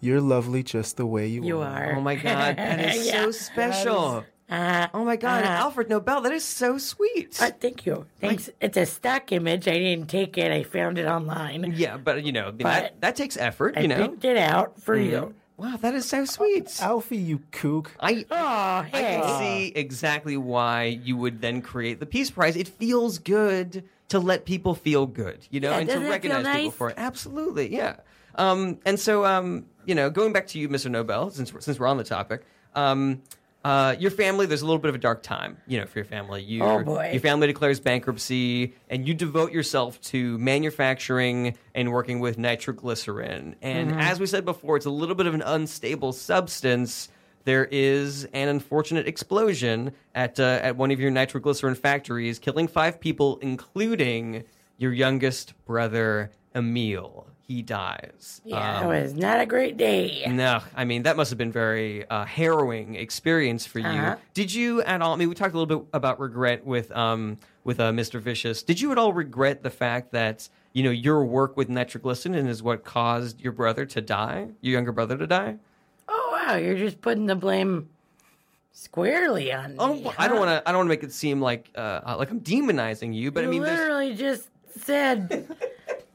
D: "You're lovely just the way you,
E: You
D: are."
E: are.
A: Oh my God, that is
E: Yeah.
A: so special.
E: Uh,
A: oh my God, Alfred Nobel, that is so sweet.
E: uh, thank you. Thanks. It's a stock image. I didn't take it. I found it online.
A: yeah, but you know, that, that takes effort,
E: I
A: you know? Mm-hmm.
E: picked it out for you.
A: Wow, that is so sweet.
D: Alfie, you kook.
A: I,
E: Oh,
A: I
E: hey.
A: can see exactly why you would then create the Peace Prize. It feels good to let people feel good, you know,
E: Yeah,
A: and to
E: doesn't it feel
A: recognize people
E: nice?
A: for it. Absolutely, yeah. Um, and so, um, you know, going back to you, Mr. Nobel, since we're- since we're on the topic, um, uh, your family. There's a little bit of a dark time, you know, for your family. You,
E: Oh, boy.
A: Your family declares bankruptcy, and you devote yourself to manufacturing and working with nitroglycerin. And as we said before, it's a little bit of an unstable substance. There is an unfortunate explosion at uh, at one of your nitroglycerin factories, killing five people, including your youngest brother Emil. He dies.
E: Yeah,
A: Um, Mm.
E: it was not a great day.
A: no, I mean that must have been very uh, harrowing experience for you.
E: Uh-huh.
A: Did you at all? I mean, we talked a little bit about regret with um with uh, Mr. Vicious. Did you at all regret the fact that you know your work with nitroglycerin is what caused your brother to die, your younger brother to die?
E: Oh, wow. You're just putting the blame squarely on
A: Oh,
E: me.
A: I don't
E: huh?
A: want to. I don't want to make it seem like uh, uh, like I'm demonizing you, but I
E: You
A: mean, there's,
E: literally just said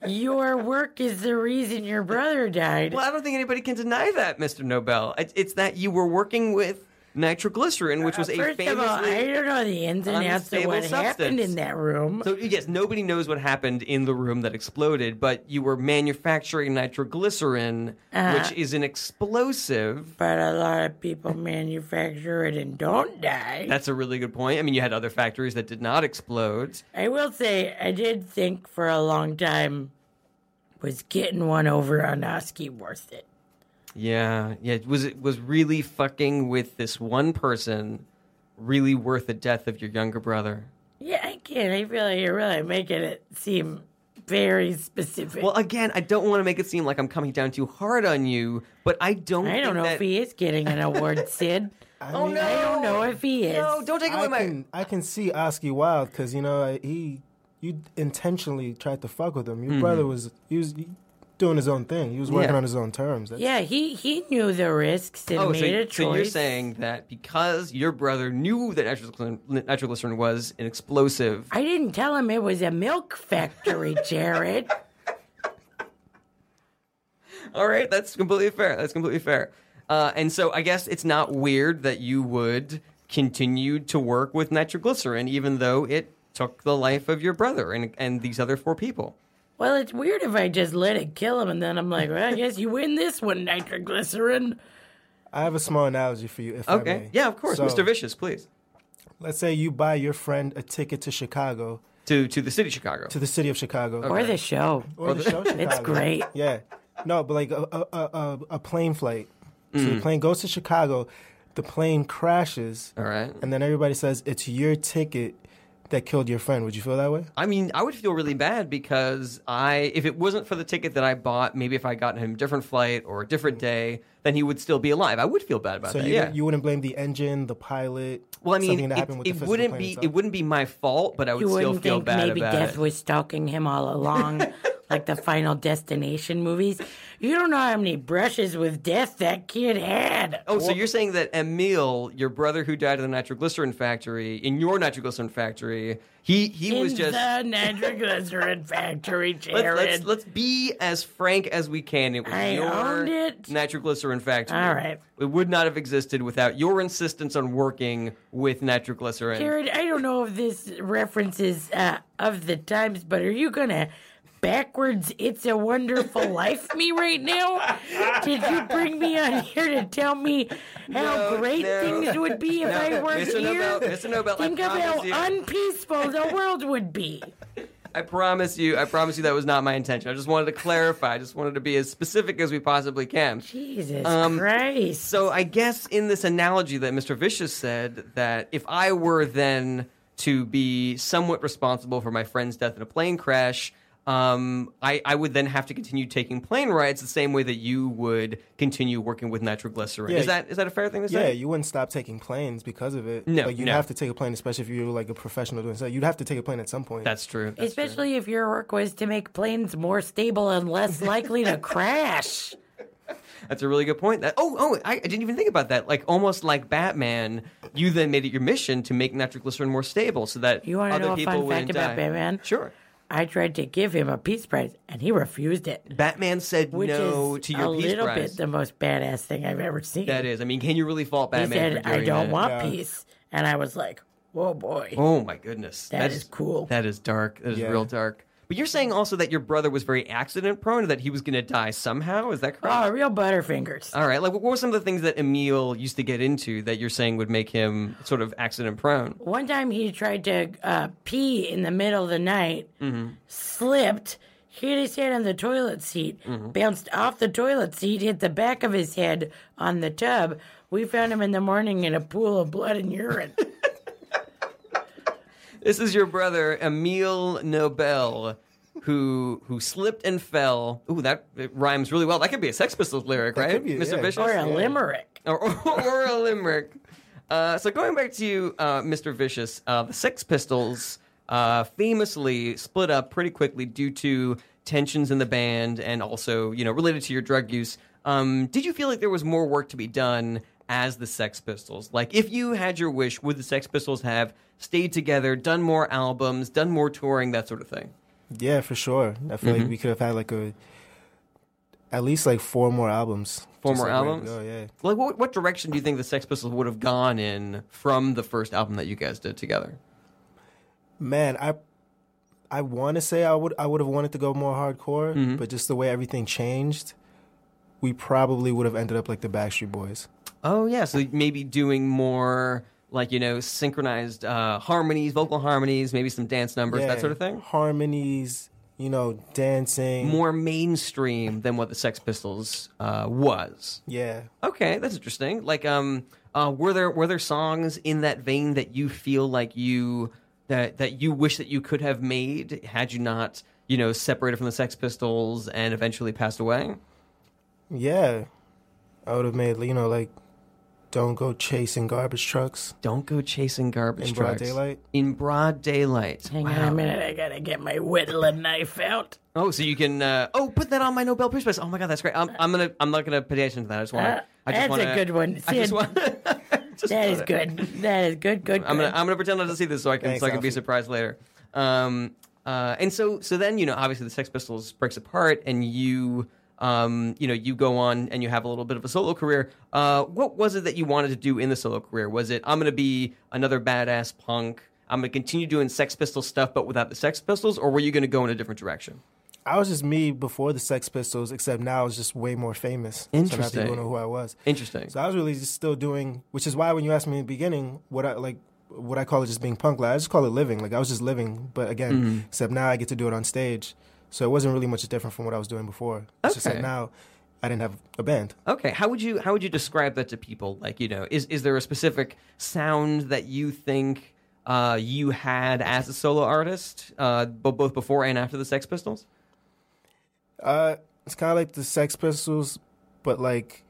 E: your work is the reason your brother died.
A: well, I don't think anybody can deny that, Mr. Nobel. It's, it's that you were working with nitroglycerin, which was a
E: Uh, First
A: famously
E: of all, I don't know the ins and outs of
A: unstable
E: what happened
A: substance.
E: in that room.
A: So yes, nobody knows what happened in the room that exploded, but you were manufacturing nitroglycerin,
E: Uh-huh.
A: which is an explosive.
E: but a lot of people manufacture it and don't die.
A: That's a really good point. I mean, you had other factories that did not explode.
E: I will say, I did think for a long time was getting one over on Oski worth it.
A: Yeah, yeah. it Was it was really fucking with this one person really worth the death of your younger brother?
E: Yeah, I can't. I feel like you're really making it seem very specific.
A: Well, again, I don't want to make it seem like I'm coming down too hard on you, but I don't.
E: I don't
A: think
E: know
A: that-
E: if he is getting an award, Sid.
D: I
A: Oh
D: mean,
A: no!
E: I don't know if he is.
A: No, don't take away
D: I
A: my.
D: can, I can see Oski Wild because you know like, he you intentionally tried to fuck with him. Your brother was he was doing his own thing. He was working
A: Mm-hmm. Yeah.
D: on his own terms. That's,
E: Yeah, he, he knew the risks and made
A: Oh, so,
E: a choice.
A: so you're saying that because your brother knew that nitroglycerin, nitroglycerin was an explosive.
E: I didn't tell him it was a milk factory, Jared.
A: All right, that's completely fair. That's completely fair. Uh, and so I guess it's not weird that you would continue to work with nitroglycerin, even though it took the life of your brother and, and these other four people.
E: well, it's weird if I just let it kill him and then I'm like, well, I guess you win this one, nitroglycerin.
D: I have a small analogy for you, if I
A: Okay.
D: may.
A: Yeah, of course.
D: So,
A: Mr. Vicious, please.
D: Let's say you buy your friend a ticket to Chicago,
A: To, to the city of Chicago.
D: to the city of Chicago,
E: Or the show.
D: or, the show Chicago.
E: It's great.
D: Yeah, no, but like a a, a, a- a plane flight. So
A: Mm.
D: the plane goes to Chicago, the plane crashes,
A: All right.
D: and then everybody says it's your ticket that killed your friend. Would you feel that way?
A: I mean, I would feel really bad because I, if it wasn't for the ticket that I bought, maybe if I got him a different flight or a different day, then he would still be alive. I would feel bad about
D: So
A: that.
D: you,
A: Uh, yeah.
D: you wouldn't blame the engine, the pilot.
A: well, I
D: something
A: mean,
D: that
A: it,
D: happened with
A: it
D: the physical
A: wouldn't
D: plane
A: be
D: itself.
A: it wouldn't be my fault, but I would
E: You
A: still
E: wouldn't
A: feel
E: think
A: bad
E: maybe
A: about
E: death
A: it.
E: was stalking him all along, like the Final Destination movies. You don't know how many brushes with death that kid had.
A: Oh, so you're saying that Emil, your brother who died at the nitroglycerin factory, in your nitroglycerin factory, he he
E: in
A: was just
E: the nitroglycerin factory, Jared.
A: let's, let's let's be as frank as we can. It was
E: I
A: your
E: owned it.
A: nitroglycerin factory.
E: All right.
A: It would not have existed without your insistence on working with nitroglycerin.
E: Jared, I don't know if this references uh, of the times, but are you gonna backwards "It's a Wonderful Life" me right now? Did you bring me on here to tell me how
A: No,
E: great
A: no.
E: things would be if I weren't
A: Mr.
E: here?
A: Nobel, Mr. Nobel,
E: Think
A: I
E: of
A: promise
E: how
A: you.
E: unpeaceful the world would be.
A: I promise you. I promise you that was not my intention. I just wanted to clarify. I just wanted to be as specific as we possibly can.
E: Jesus
A: Um,
E: Christ.
A: So I guess in this analogy that Mr. Vicious said that if I were then to be somewhat responsible for my friend's death in a plane crash, um, I, I would then have to continue taking plane rides the same way that you would continue working with nitroglycerin.
D: Yeah.
A: Is that is that a fair thing to
D: Yeah,
A: say?
D: you wouldn't stop taking planes because of it.
A: No,
D: like you'd
A: no.
D: have to take a plane, especially if you're like a professional doing so. You'd have to take a plane at some point.
A: That's true. That's true.
E: Especially if your work was to make planes more stable and less likely to crash.
A: That's a really good point. That oh oh I, I didn't even think about that. Like almost like Batman, you then made it your mission to make nitroglycerin more stable so that
E: You wanna
A: other
E: know a
A: people
E: fun
A: wouldn't
E: fact about
A: die.
E: Batman?
A: Sure.
E: I tried to give him a peace prize and he refused it,
A: Batman said
E: which
A: no
E: is
A: to your
E: a
A: peace
E: little
A: prize.
E: bit the most badass thing I've ever seen.
A: that is. I mean, can you really fault
E: he
A: Batman
E: said,
A: for
E: "I
A: doing
E: don't
A: that?
E: want
D: Yeah.
E: peace," and I was like, "Whoa, boy!"
A: Oh my goodness.
E: That is cool.
A: That is dark. That is
D: Yeah.
A: real dark. But you're saying also that your brother was very accident prone, that he was going to die somehow. Is that correct?
E: Oh, real butterfingers.
A: All right. Like, what were some of the things that Emil used to get into that you're saying would make him sort of accident prone?
E: One time he tried to uh, pee in the middle of the night,
A: Mm-hmm.
E: slipped, hit his head on the toilet seat,
A: Mm-hmm.
E: bounced off the toilet seat, hit the back of his head on the tub. We found him in the morning in a pool of blood and urine.
A: This is your brother Emil Nobel, who who slipped and fell. Ooh, that it rhymes really well. That could be a Sex Pistols lyric, right,
D: could be,
A: Mr.
D: yeah.
A: Vicious?
E: or a limerick.
A: or, or, or a limerick. Uh, so going back to you, uh, Mr. Vicious, uh, the Sex Pistols uh, famously split up pretty quickly due to tensions in the band and also, you know, related to your drug use. Um, did you feel like there was more work to be done as the Sex Pistols? Like, if you had your wish, would the Sex Pistols have stayed together, done more albums, done more touring, that sort of thing?
D: yeah, for sure. I feel
A: Mm-hmm.
D: like we could have had like a at least like four more albums.
A: Four
D: Just,
A: more
D: like, ready to
A: albums?
D: go, yeah.
A: Like, what, what direction do you think the Sex Pistols would have gone in from the first album that you guys did together?
D: man i i want to say i would i would have wanted to go more hardcore
A: Mm-hmm.
D: but just the way everything changed we probably would have ended up like the backstreet boys
A: Oh yeah, so maybe doing more like you know synchronized uh, harmonies, vocal harmonies, maybe some dance numbers, that
D: Yeah.
A: sort of thing.
D: harmonies you know dancing
A: More mainstream than what the Sex Pistols uh, was.
D: yeah
A: Okay, that's interesting. Like, um, uh, were there were there songs in that vein that you feel like you that that you wish that you could have made had you not you know separated from the Sex Pistols and eventually passed away?
D: yeah i would have made you know like don't go chasing garbage trucks
A: Don't go chasing garbage
D: In broad
A: trucks.
D: daylight?
A: In broad daylight.
E: Hang on a minute, I gotta get my whittling knife out.
A: Oh, so you can uh, oh put that on my Nobel Peace Prize. Oh my God, that's great. I'm, I'm gonna I'm not gonna pay attention to that. I just want
E: Uh,
A: to. I just
E: that's
A: wanna,
E: a good one.
A: I just
E: Sid.
A: want. just
E: That is
A: wanna-
E: good. That is good, good, good.
A: I'm gonna I'm gonna pretend not to see this so I can
D: Thanks,
A: so I can be
D: Alfie.
A: surprised later. Um, uh, and so so then you know obviously the Sex Pistols breaks apart and you um you know you go on and you have a little bit of a solo career. Uh, what was it that you wanted to do in the solo career? Was it I'm gonna be another badass punk? I'm gonna continue doing Sex Pistols stuff but without the Sex Pistols, or were you gonna go in a different direction?
D: i was just me before the sex pistols except now i was just way more famous so now
A: Interesting.
D: people know who i was
A: Interesting.
D: So I was really just still doing, which is why when you asked me in the beginning, what I like, what I call it just being punk, like I just call it living. Like I was just living, but again,
A: Mm-hmm.
D: except now I get to do it on stage, so it wasn't really much different from what I was doing before. It's just
A: Okay.
D: that now I didn't have a band.
A: Okay, how would you how would you describe that to people? Like, you know, is is there a specific sound that you think uh, you had as a solo artist, uh, bo- both before and after the Sex Pistols?
D: Uh, it's kind of like the Sex Pistols, but like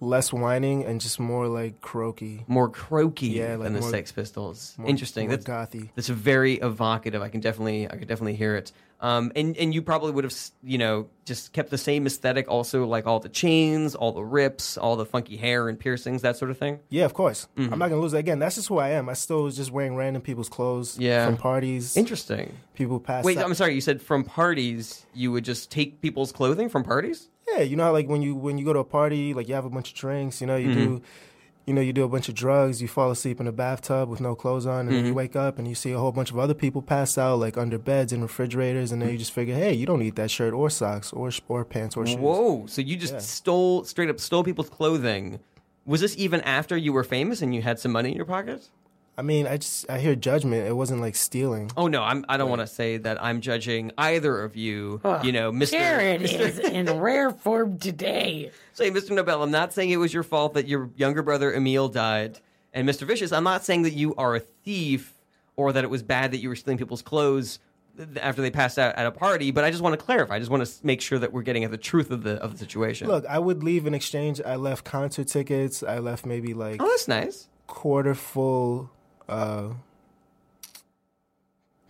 D: less whining and just more like croaky,
A: More croaky
D: Yeah, like
A: than the
D: more-
A: Sex Pistols.
D: more,
A: Interesting.
D: more
A: that's
D: gothy.
A: that's very evocative. I can definitely I can definitely hear it. Um, and and you probably would have s- you know just kept the same aesthetic, also like all the chains, all the rips, all the funky hair and piercings, that sort of thing.
D: Yeah, of course.
A: Mm-hmm.
D: I'm not gonna lose that again. That's just who I am. I still was just wearing random people's clothes
A: Yeah.
D: from parties.
A: Interesting.
D: people pass.
A: Wait,
D: out.
A: I'm sorry. You said from parties, you would just take people's clothing from parties?
D: Yeah, you know how like when you when you go to a party, like you have a bunch of drinks, you know, you
A: Mm-hmm.
D: do you know, you do a bunch of drugs, you fall asleep in a bathtub with no clothes on, and then
A: Mm-hmm.
D: you wake up and you see a whole bunch of other people pass out like under beds and refrigerators, and then you just figure, hey, you don't need that shirt or socks or sh- or pants or shoes.
A: Whoa! So you just stole straight up stole people's clothing. Was this even after you were famous and you had some money in your pocket?
D: I mean, I just I hear judgment. It wasn't like stealing.
A: Oh no, I'm, I don't want to say that I'm judging either of you. you know, Mister.
E: Jared is in rare form today.
A: Say, Mr. Nobel, I'm not saying it was your fault that your younger brother Emil died, and Mr. Vicious, I'm not saying that you are a thief or that it was bad that you were stealing people's clothes. th- after they passed out at a party. But I just want to clarify. I just want to make sure that we're getting at the truth of the of the situation.
D: Look, I would leave in exchange. I left concert tickets. I left maybe like
A: oh, that's nice.
D: quarter full. Uh,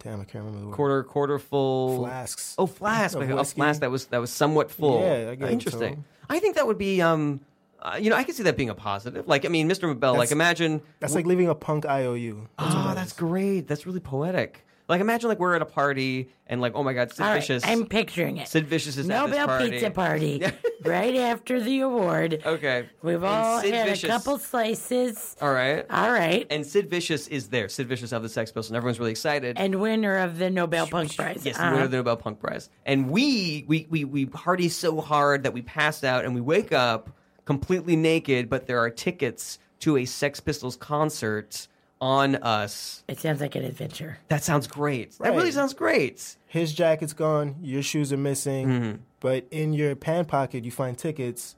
D: damn, I can't remember the word.
A: Quarter quarter full
D: flasks.
A: Oh, flask.
D: Of
A: Like, A
D: whiskey.
A: flask that was that was somewhat full.
D: Yeah, I guess
A: interesting.
D: so.
A: I think that would be. um uh, you know, I could see that being a positive. Like, I mean, Mr. Mabel, like,
D: That's-
A: imagine
D: That's like leaving a punk IOU.
A: Oh, that's great. That's really poetic. Like imagine like we're at a party and like oh my god, Sid
E: All right,
A: Vicious.
E: I'm picturing it.
A: Sid Vicious is at this
E: Nobel
A: party.
E: Pizza Party, right after the award.
A: Okay.
E: We've
A: And
E: all
A: Sid
E: had
A: Vicious-
E: a couple slices.
A: All right.
E: All right. And,
A: And Sid Vicious is there. Sid Vicious of the Sex Pistols. And everyone's really excited.
E: winner of the Nobel Punk Prize.
A: yes,
E: Uh-huh.
A: we know the Nobel Punk Prize. And we we we we party so hard that we pass out and we wake up completely naked, but there are tickets to a Sex Pistols concert on us.
E: It sounds like an adventure.
A: That sounds great. That really
D: Right.
A: sounds great.
D: His jacket's gone. Your shoes are missing.
A: Mm-hmm.
D: But in your pant pocket, you find tickets.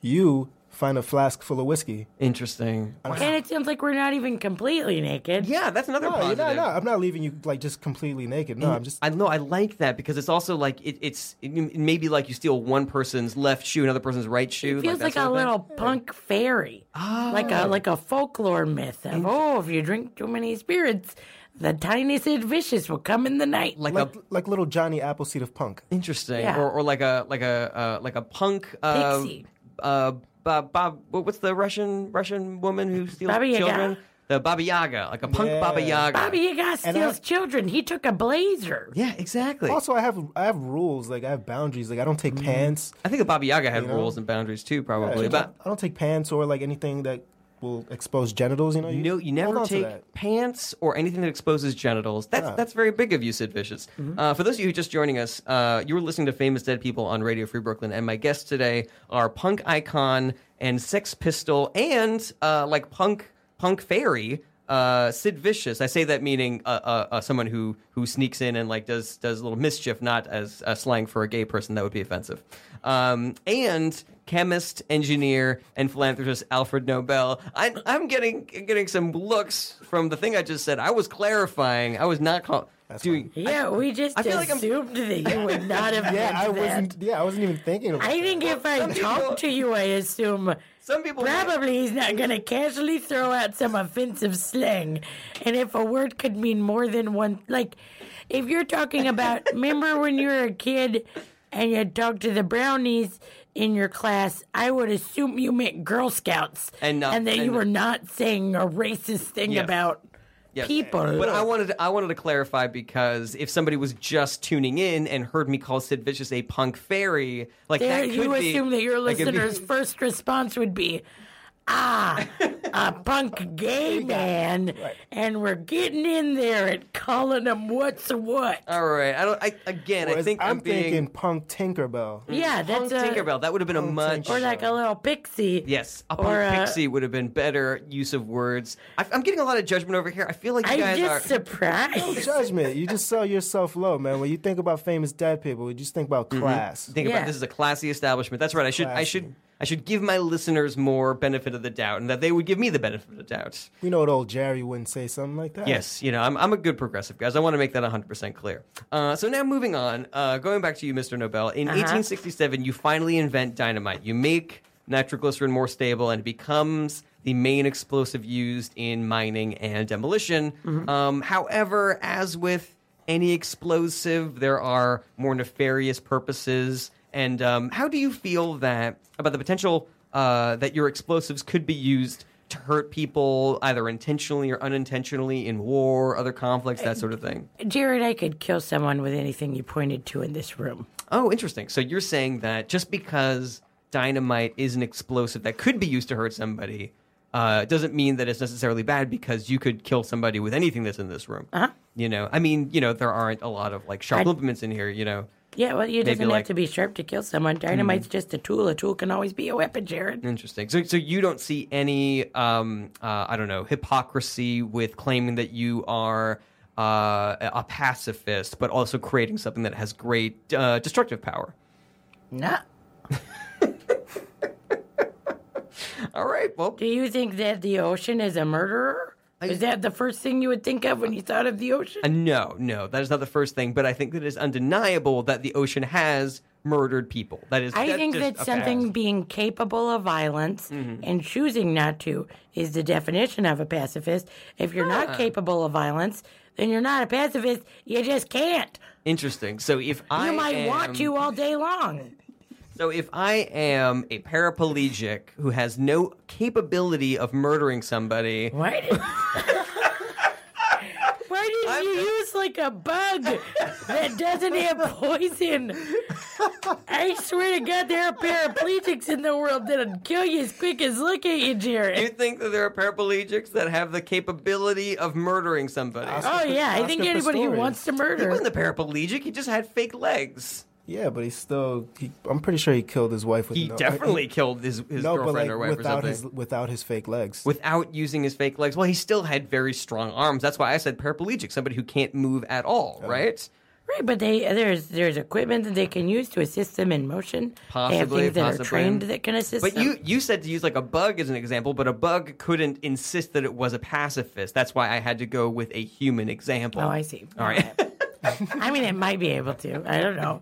D: You find a flask full of whiskey.
A: Interesting.
E: And it sounds like we're not even completely naked.
A: Yeah, that's another
D: No, you're
A: positive. Mm-hmm.
D: not, no, I'm not leaving you like just completely naked. No, I'm just.
A: I know I like that because it's also like it, it's it, maybe like you steal one person's left shoe, another person's right shoe.
E: It feels
A: that
E: like,
A: sort
E: a
A: of thing. Oh.
E: little punk fairy, like a like a folklore myth of oh, if you drink too many spirits, the tiny Sid Vicious will come in the night.
A: like,
D: like
A: a
D: like little Johnny Appleseed of punk.
A: interesting
E: Yeah.
A: or, or like a like a uh, like a punk uh,
E: Pixie.
A: uh Bob, Bob what- what's the Russian Russian woman who steals
E: Baba Yaga.
A: children? The Baba Yaga, like a punk
D: Yeah.
A: Baba Yaga.
E: Bobby Yaga
D: And I-
E: steals children. He took a blazer.
A: yeah, exactly.
D: Also, I have I have rules. Like I have boundaries. Like I don't take
A: Mm-hmm.
D: pants.
A: I think the Baba Yaga had rules and boundaries too, probably.
D: I
A: but
D: don't- I don't take pants or like anything that will expose genitals. You know.
A: No, you
D: hold
A: never
D: on to
A: take
D: that.
A: pants or anything that exposes genitals. That's that's very big of you, Sid Vicious. Uh, for those of you who are just joining us, uh, you were listening to Famous Dead People on Radio Free Brooklyn, and my guests today are punk icon and Sex Pistol and uh, like punk punk fairy. Uh, Sid Vicious. I say that meaning uh, uh, uh, someone who who sneaks in and like does does a little mischief, not as a slang for a gay person. That would be offensive. Um, and chemist, engineer, and philanthropist Alfred Nobel. I, I'm getting getting some looks from the thing I just said. I was clarifying. I was not call- doing.
E: Yeah, we just
A: I feel like I'm-
E: assumed that you would not have.
D: Yeah,
E: meant
D: I
E: that.
D: wasn't. Yeah, I wasn't even thinking. About
E: I think if I
A: Some people-
E: talk to you, I assume
A: Some people
E: probably he's not going to casually throw out some offensive slang. And if a word could mean more than one, like if you're talking about, remember when you were a kid and you talked to the brownies in your class, I would assume you meant Girl Scouts.
A: And not-
E: that you
A: and-
E: were not saying a racist thing
A: Yes.
E: about
A: Yes.
E: people.
A: But I wanted to, I wanted to clarify because if somebody was just tuning in and heard me call Sid Vicious a punk fairy, like
E: There,
A: that could
E: you
A: be,
E: assume that your
A: that could be-
E: listener's first response would be, ah, a punk gay man, and we're getting in there and calling him what's what.
A: all right, I don't. I, again, I
D: Whereas
A: think
D: I'm,
A: I'm, being
D: thinking punk Tinkerbell.
E: yeah,
A: Mm. punk
E: that's a,
A: Tinkerbell. That would have been a
D: Punk
A: much
E: or like a little pixie.
A: Yes, a
E: Or,
A: punk
E: uh,
A: pixie would have been better use of words. I, I'm getting a lot of judgment over here. I feel like you
E: I'm
A: guys
E: just
A: are.
E: surprised.
D: Judgment. You just sell yourself low, man. When you think about famous dead people, you just think about
A: Mm-hmm.
D: class.
A: think about
E: Yeah.
A: this is a classy establishment. That's right. I should I should I should give my listeners more benefit of the doubt, and that they would give me the benefit of the doubt.
D: We know what old Jerry wouldn't say something like that.
A: Yes, you know I'm I'm a good progressive, guys. I want to make that 100 percent clear. Uh, so now moving on, uh, going back to you, Mr. Nobel. In 1867, you finally invent dynamite. You make nitroglycerin more stable, and it becomes the main explosive used in mining and demolition. Um, however, as with any explosive. There are more nefarious purposes. And um, how do you feel that about the potential uh, that your explosives could be used to hurt people, either intentionally or unintentionally, in war, other conflicts, that sort of thing?
E: Jared, I could kill someone with anything you pointed to in this room.
A: Oh, interesting. So you're saying that just because dynamite is an explosive that could be used to hurt somebody uh, doesn't mean that it's necessarily bad because you could kill somebody with anything that's in this room. Uh-huh. You know, I mean, you know, there aren't a lot of like sharp
E: I-
A: implements in here. You know,
E: Yeah, well, you doesn't
A: like- Mm-hmm.
E: have to be sharp to kill someone. Dynamite's just a tool. A tool can always be a weapon, Jared.
A: Interesting. So, so you don't see any, um, uh, I don't know, hypocrisy with claiming that you are uh, a pacifist, but also creating something that has great uh, destructive power.
E: Nah.
A: All right. Well,
E: Do you think that the ocean is a murderer? Is that the first thing you would think of when you thought of the ocean?
A: Uh, no, no, that is not the first thing, but I think that it is undeniable that the ocean has murdered people. That is,
E: I
A: that's
E: think
A: just
E: that
A: a
E: something
A: fact. Mm-hmm.
E: being capable of violence and choosing not to is the definition of a pacifist. If you're not capable of violence, then you're not a pacifist. You just can't.
A: interesting. So if
E: You
A: I
E: might want
A: am-
E: to all day long.
A: So if I am a paraplegic who has no capability of murdering somebody,
E: Why did, Why did you use like a bug that doesn't have poison? I swear to God, there are paraplegics in the world that'll kill you as quick as look at you, Jared.
A: do you think that there are paraplegics that have the capability of murdering somebody?
D: Uh,
E: Oh yeah, I think
D: Oscar
E: anybody who
D: Pistorius.
E: wants to
A: He
E: murder.
A: wasn't a paraplegic. He just had fake legs.
D: Yeah, but he still. He, I'm pretty sure he killed his wife. With
A: He
D: no, uh,
A: definitely killed his, his
D: no, but
A: girlfriend
D: like
A: or wife or
D: without
A: something.
D: his without his fake legs.
A: Without using his fake legs. Well, he still had very strong arms. That's why I said paraplegic, somebody who can't move at all, right?
E: Right, but they there's there's equipment that they can use to assist them in motion. they have
A: Possibly,
E: things that
A: possibly.
E: are trained that can assist
A: But
E: them.
A: you, you said to use like a bug as an example, but a bug couldn't insist that it was a pacifist. That's why I had to go with a human example.
E: oh, I see.
A: All right.
E: I mean, it might be able to. I don't know.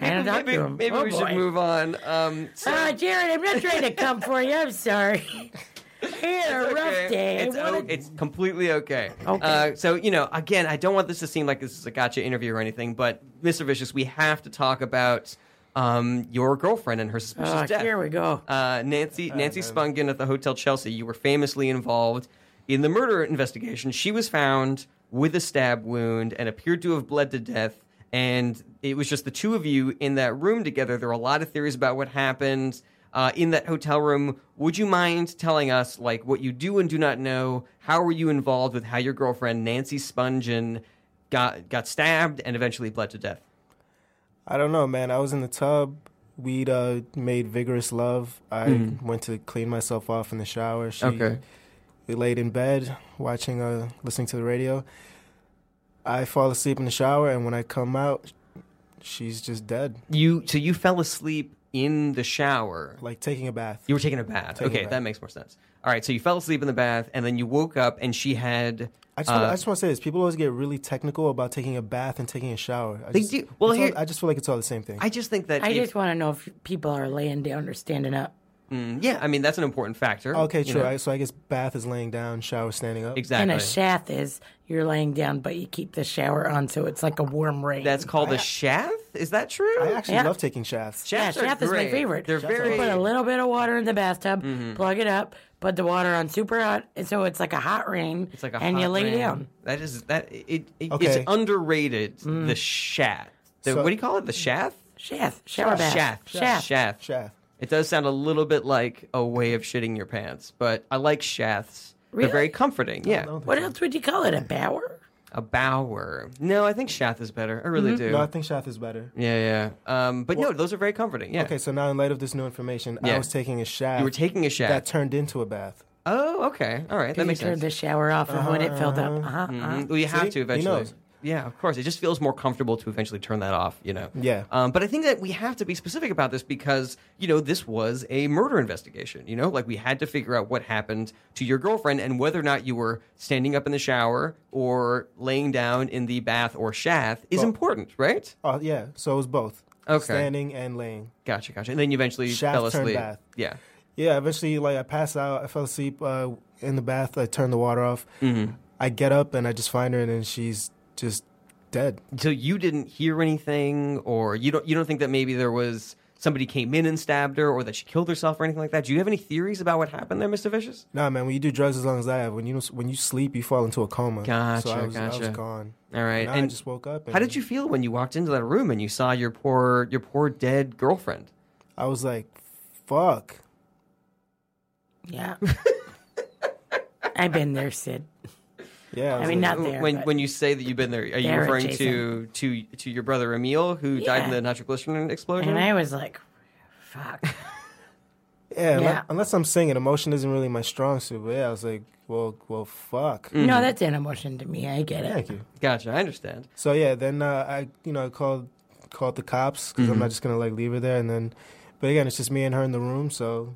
E: I don't talk
A: maybe
E: to him.
A: maybe
E: Oh,
A: we
E: boy.
A: should move on. Um, so-
E: Ah, Jared, I'm not trying to come for you. I'm sorry. I had a
A: okay.
E: rough day. I
A: It's,
E: wanna-
A: o- it's completely okay.
E: Okay.
A: Uh, so, you know, again, I don't want this to seem like this is a gotcha interview or anything, but Mr. Vicious, we have to talk about um, your girlfriend and her suspicious
E: Ah,
A: death.
E: here we go.
A: Uh, Nancy Nancy Spungen at the Hotel Chelsea. You were famously involved in the murder investigation. She was found with a stab wound and appeared to have bled to death. And it was just the two of you in that room together. There were a lot of theories about what happened uh, in that hotel room. Would you mind telling us, like, what you do and do not know? How were you involved with how your girlfriend Nancy Spungen got got stabbed and eventually bled to death?
D: I don't know, man. I was in the tub. We'd uh, made vigorous love. I went to clean myself off in the shower. She,
A: Mm-hmm. Okay.
D: We laid in bed, watching, uh, listening to the radio. I fall asleep in the shower, and when I come out, she's just dead,
A: You so you fell asleep in the shower.
D: like taking a bath.
A: You were taking a bath.
D: Taking a
A: okay,
D: bath.
A: that makes more sense. All right, so you fell asleep in the bath, and then you woke up, and she had. uh,
D: I just, wanna, I just want to say this: people always get really technical about taking a bath and taking a shower. I
A: They
D: just,
A: do. Well,
D: it's
A: here-
D: all, I just feel like it's all the same thing.
A: I just think that.
E: I
A: if-
E: just want to know if people are laying down or standing up.
A: mm, yeah, I mean that's an important factor.
D: Oh, okay,
A: you
D: true.
A: know.
D: I, so I guess bath is laying down, shower standing up.
A: exactly.
E: And a shaft is you're laying down, but you keep the shower on, so it's like a warm rain.
A: That's called a shaft. Is that true?
D: I actually
E: Yeah.
D: love taking shafts.
E: yeah,
A: Shafts are
E: shaft is my
A: great.
E: favorite.
A: They're very. Mm-hmm.
E: Put a little bit of water in the bathtub, plug it up, put the water on super hot, and so it's like a hot rain.
A: It's like a
E: and you
A: hot
E: lay
A: rain.
E: down.
A: That is that. It, it
D: Okay. Mm.
A: it's underrated. The shaft. The,
D: So-
A: what do you call it? The shaft.
E: Shaft, shower bath,
A: Shaft.
E: shaft.
A: Shaft.
D: Shaft.
A: It does sound a little bit like a way of shitting your pants, but I like shafts.
E: Really?
A: They're very comforting. Yeah.
E: What else would you call it? A bower?
A: A bower. No, I think shaft is better. I really do.
D: No, I think shaft is better.
A: yeah, yeah. Um, but no, those are very comforting. Yeah.
D: Okay, so now in light of this new information,
A: Yeah.
D: I was taking a shower.
A: You were taking a shaft.
D: that turned into a bath.
A: oh, okay. All right. That
E: You
A: makes sense. Mm-hmm.
E: turned the shower off, and when it filled up, uh-huh, uh-huh.
A: Well, you have
D: See?
A: to
D: He
A: eventually.
D: knows.
A: Yeah, of course. It just feels more comfortable to eventually turn that off, you know.
D: Yeah.
A: Um, but I think that we have to be specific about this because you know this was a murder investigation. You know, like we had to figure out what happened to your girlfriend and whether or not you were standing up in the shower or laying down in the bath or shaft is important, right?
D: Oh yeah, so it was both.
A: Okay.
D: Standing and laying.
A: Gotcha, gotcha. And then you eventually
D: Shaft
A: fell
D: turned
A: asleep.
D: bath.
A: Yeah.
D: Yeah, eventually, like I passed out. I fell asleep uh, in the bath. I turned the water off.
A: Mm-hmm.
D: I get up and I just find her, and then she's just dead.
A: so you didn't hear anything or you don't you don't think that maybe there was somebody came in and stabbed her or that she killed herself or anything like that do you have any theories about what happened there mr vicious
D: Nah, man. When you do drugs as long as I have, when you when you sleep, you fall into a coma.
A: Gotcha,
D: So I was, I was
A: gotcha.
D: gone.
A: all right
D: Nah, I
A: and
D: just woke up. And
A: how did you feel when you walked into that room and you saw your poor your poor dead girlfriend
D: I was like, fuck.
E: yeah. I've been there, Sid.
D: Yeah.
E: I
D: was
E: mean,
D: like-
E: not there.
A: when
E: but-
A: when you say that you've been there are you
E: There,
A: referring to to to your brother emil who died in
E: Yeah.
A: the nitroglycerin explosion
E: and I was like, fuck.
A: Mm-hmm.
D: Yeah, unle-
E: Yeah.
D: Unless, I'm singing, emotion isn't really my strong suit. But yeah, I was like, well, well, fuck.
A: Mm.
E: No, that's an emotion to me. I get it.
D: Thank you.
A: gotcha i understand
D: So yeah, then uh, I you know I called called the cops
A: Mm-hmm.
D: because I'm not just gonna like leave her there and then. But again, it's just me and her in the room, so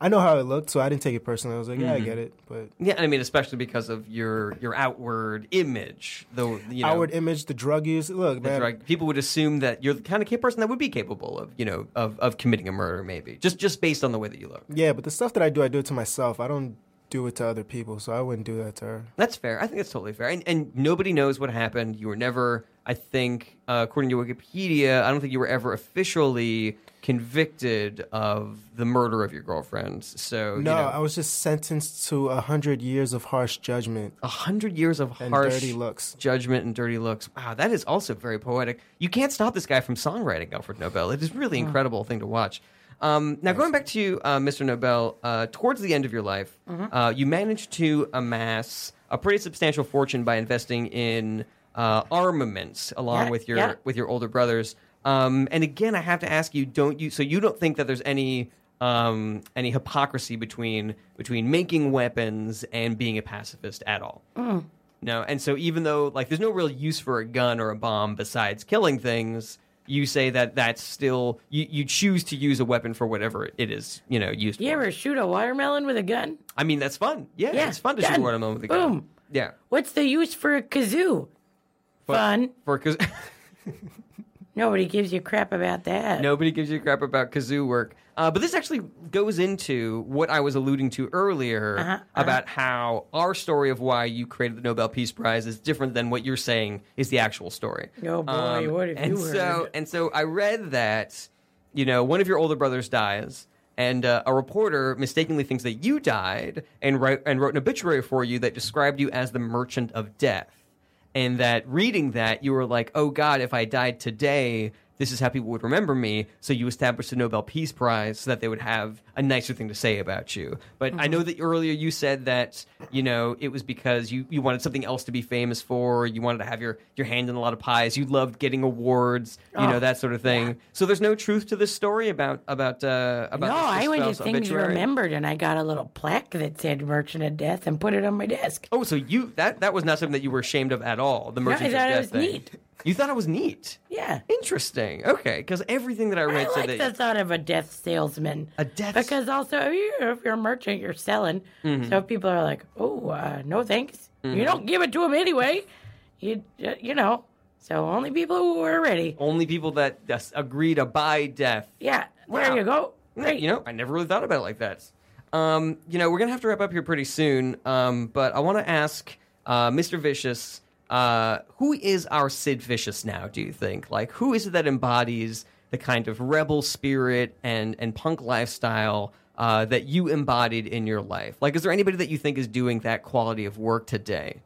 D: I know how it looked, so I didn't take it personally. I was like, yeah,
A: Mm-hmm.
D: I get it, but
A: Yeah, and I mean, especially because of your your outward image, though you know,
D: outward image, the drug use. Look,
A: that's
D: man,
A: right. people would assume that you're the kind of person that would be capable of you know of, of committing a murder, maybe just just based on the way that you look.
D: yeah, but the stuff that I do, I do it to myself. I don't do it to other people, so I wouldn't do that to her.
A: That's fair. I think that's totally fair. And, and nobody knows what happened. You were never, I think, uh, according to Wikipedia, I don't think you were ever officially convicted of the murder of your girlfriend. So you
D: No,
A: know,
D: I was just sentenced to a hundred years of harsh judgment
A: a hundred years of
D: and
A: harsh
D: dirty looks.
A: judgment and dirty looks. Wow, that is also very poetic. You can't stop this guy from songwriting, Alfred Nobel. It is really incredible thing to watch. Um, now, going back to uh, Mr. Nobel, uh, towards the end of your life,
E: Mm-hmm.
A: uh, you managed to amass a pretty substantial fortune by investing in uh, armaments along
E: Yeah,
A: with your
E: yeah.
A: with your older brothers. Um, and again, I have to ask you: Don't you? So you don't think that there's any um, any hypocrisy between between making weapons and being a pacifist at all? No, and so even though like there's no real use for a gun or a bomb besides killing things, you say that that's still you, you choose to use a weapon for whatever it is you know used.
E: You
A: for.
E: ever shoot a watermelon with a gun?
A: I mean that's fun. Yeah,
E: Yeah,
A: it's fun to shoot
E: gun.
A: a watermelon with a gun.
E: Boom.
A: Yeah,
E: What's the use for a kazoo?
A: But-
E: Fun.
A: for because
E: Nobody gives you crap about that.
A: nobody gives you crap about kazoo work. Uh, but this actually goes into what I was alluding to earlier
E: Uh-huh,
A: about how our story of why you created the Nobel Peace Prize is different than what you're saying is the actual story.
E: Oh, boy, what have
A: Um, and
E: you heard?
A: so, And so I read that, you know, one of your older brothers dies, and uh, a reporter mistakenly thinks that you died and, write, and wrote an obituary for you that described you as the merchant of death. And that reading that, you were like, oh God, if I died today, this is how people would remember me. So you established the Nobel Peace Prize so that they would have a nicer thing to say about you. But
E: Mm-hmm.
A: I know that earlier you said that, you know, it was because you, you wanted something else to be famous for. You wanted to have your, your hand in a lot of pies. You loved getting awards, you
E: Oh,
A: know, that sort of thing. So there's no truth to this story about, about, uh, about
E: No,
A: this
E: I went to
A: spouse
E: things
A: obituary?
E: remembered, and I got a little plaque that said "Merchant of Death" and put it on my desk.
A: Oh, so you, that, that was not something that you were ashamed of at all. The
E: I
A: merchant of
E: thought it
A: death
E: was
A: thing.
E: neat.
A: You thought it was neat.
E: Yeah,
A: Interesting. Okay, because everything that I
E: I
A: read said
E: like
A: that
E: the thought of a death salesman.
A: A death-
E: because also if you're, if you're a merchant, you're selling. So if people are like, "Oh, uh, no thanks," you don't give it to them anyway. You uh, you know. So only people who are ready.
A: only people that just agree to buy death.
E: Yeah, there
A: Wow.
E: you go. Great.
A: You know, I never really thought about it like that. Um, you know, we're gonna have to wrap up here pretty soon. Um, but I want to ask uh, Mr. Vicious, uh, who is our Sid Vicious now? Do you think? Like, who is it that embodies the kind of rebel spirit and and punk lifestyle? Uh, that you embodied in your life. Like, is there anybody that you think is doing that quality of work today?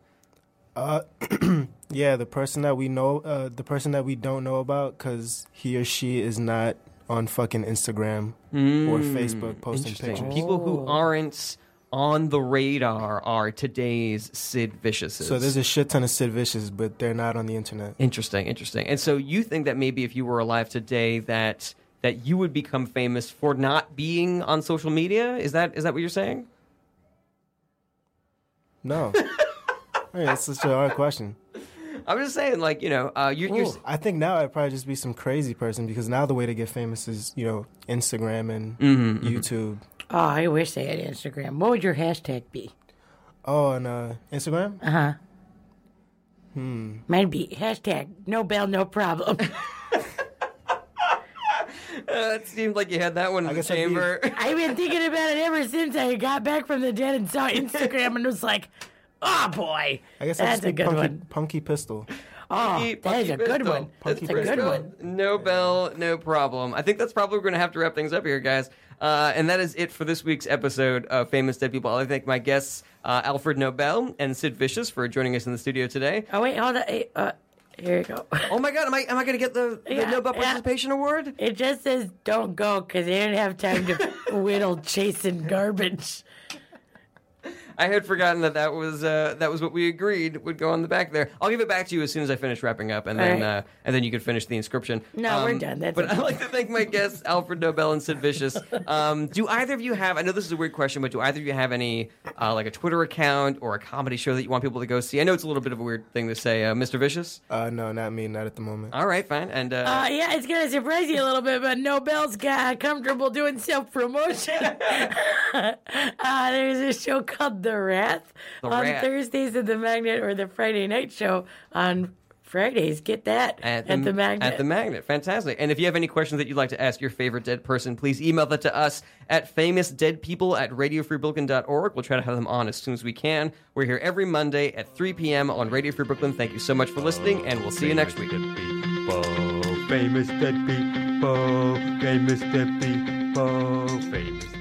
D: Yeah, the person that we know, uh, the person that we don't know about, because he or she is not on fucking Instagram or
E: Hmm.
D: Facebook posting
A: Interesting.
D: pictures.
A: People who aren't on the radar are today's Sid Viciouses.
D: So there's a shit ton of Sid Vicious, but they're not on the internet.
A: interesting, interesting. And so you think that maybe if you were alive today, that that you would become famous for not being on social media? Is that is that what you're saying?
D: No. Hey, that's such a hard question.
A: I'm just saying, like you know, uh, you're, you're
D: Ooh, I think now I'd probably just be some crazy person because now the way to get famous is, you know, Instagram and
E: Mm-hmm,
D: YouTube.
E: Oh, I wish they had Instagram. What would your hashtag be? Uh-huh.
D: Oh, and uh, Instagram?
E: Mine be hashtag no bell, no problem.
A: uh, it seemed like you had that one in the
D: guess I'd be-
A: chamber.
E: I've been thinking about it ever since I got back from the dead and saw Instagram and was like, oh boy,
D: I guess I'd
E: that's
D: just
E: a
D: be
E: good
D: punky,
E: one.
D: punky Pistol.
E: Oh,
A: Punky-
E: that is
A: Punky
E: a good
A: Bristol.
E: one.
A: That's
E: That's a good
A: Bristol.
E: one.
A: No bell, no problem. I think that's probably going to have to wrap things up here, guys. Uh, and that is it for this week's episode of Famous Dead People. I thank my guests, uh, Alfred Nobel and Sid Vicious, for joining us in the studio today.
E: Oh wait, hold on. Hey, Uh, here you go.
A: Oh my God, am I am I going to get the, the
E: Yeah,
A: Nobel
E: yeah.
A: Participation Award?
E: It just says don't go because they didn't have time to whittle chasing garbage.
A: I had forgotten that that was uh, that was what we agreed would go on the back there. I'll give it back to you as soon as I finish wrapping up, and then
E: All right.
A: uh, and then you can finish the inscription. Um,
E: No, we're done. That's
A: but
E: okay.
A: I'd like to thank my guests, Alfred Nobel and Sid Vicious. Um, do either of you have? I know this is a weird question, but do either of you have any uh, like a Twitter account or a comedy show that you want people to go see? I know it's a little bit of a weird thing to say, uh, Mr. Vicious.
D: Uh, no, not me, not at the moment.
A: All right, fine, and uh,
E: Uh, yeah, it's gonna surprise you a little bit, but Nobel's got comfortable doing self promotion. uh, there's a show called The Wrath
A: The
E: on
A: Wrath.
E: Thursdays at the Magnet or the Friday night show on Fridays. Get that at the, Magnet.
A: At the Magnet. Fantastic. And if you have any questions that you'd like to ask your favorite dead person, please email that to us at famousdeadpeople at radiofreebrooklyn.org. We'll try to have them on as soon as we can. We're here every Monday at 3 p.m. on Radio Free Brooklyn. Thank you so much for listening, and we'll see you next week.
B: Famous dead people, famous dead people, famous dead people, famous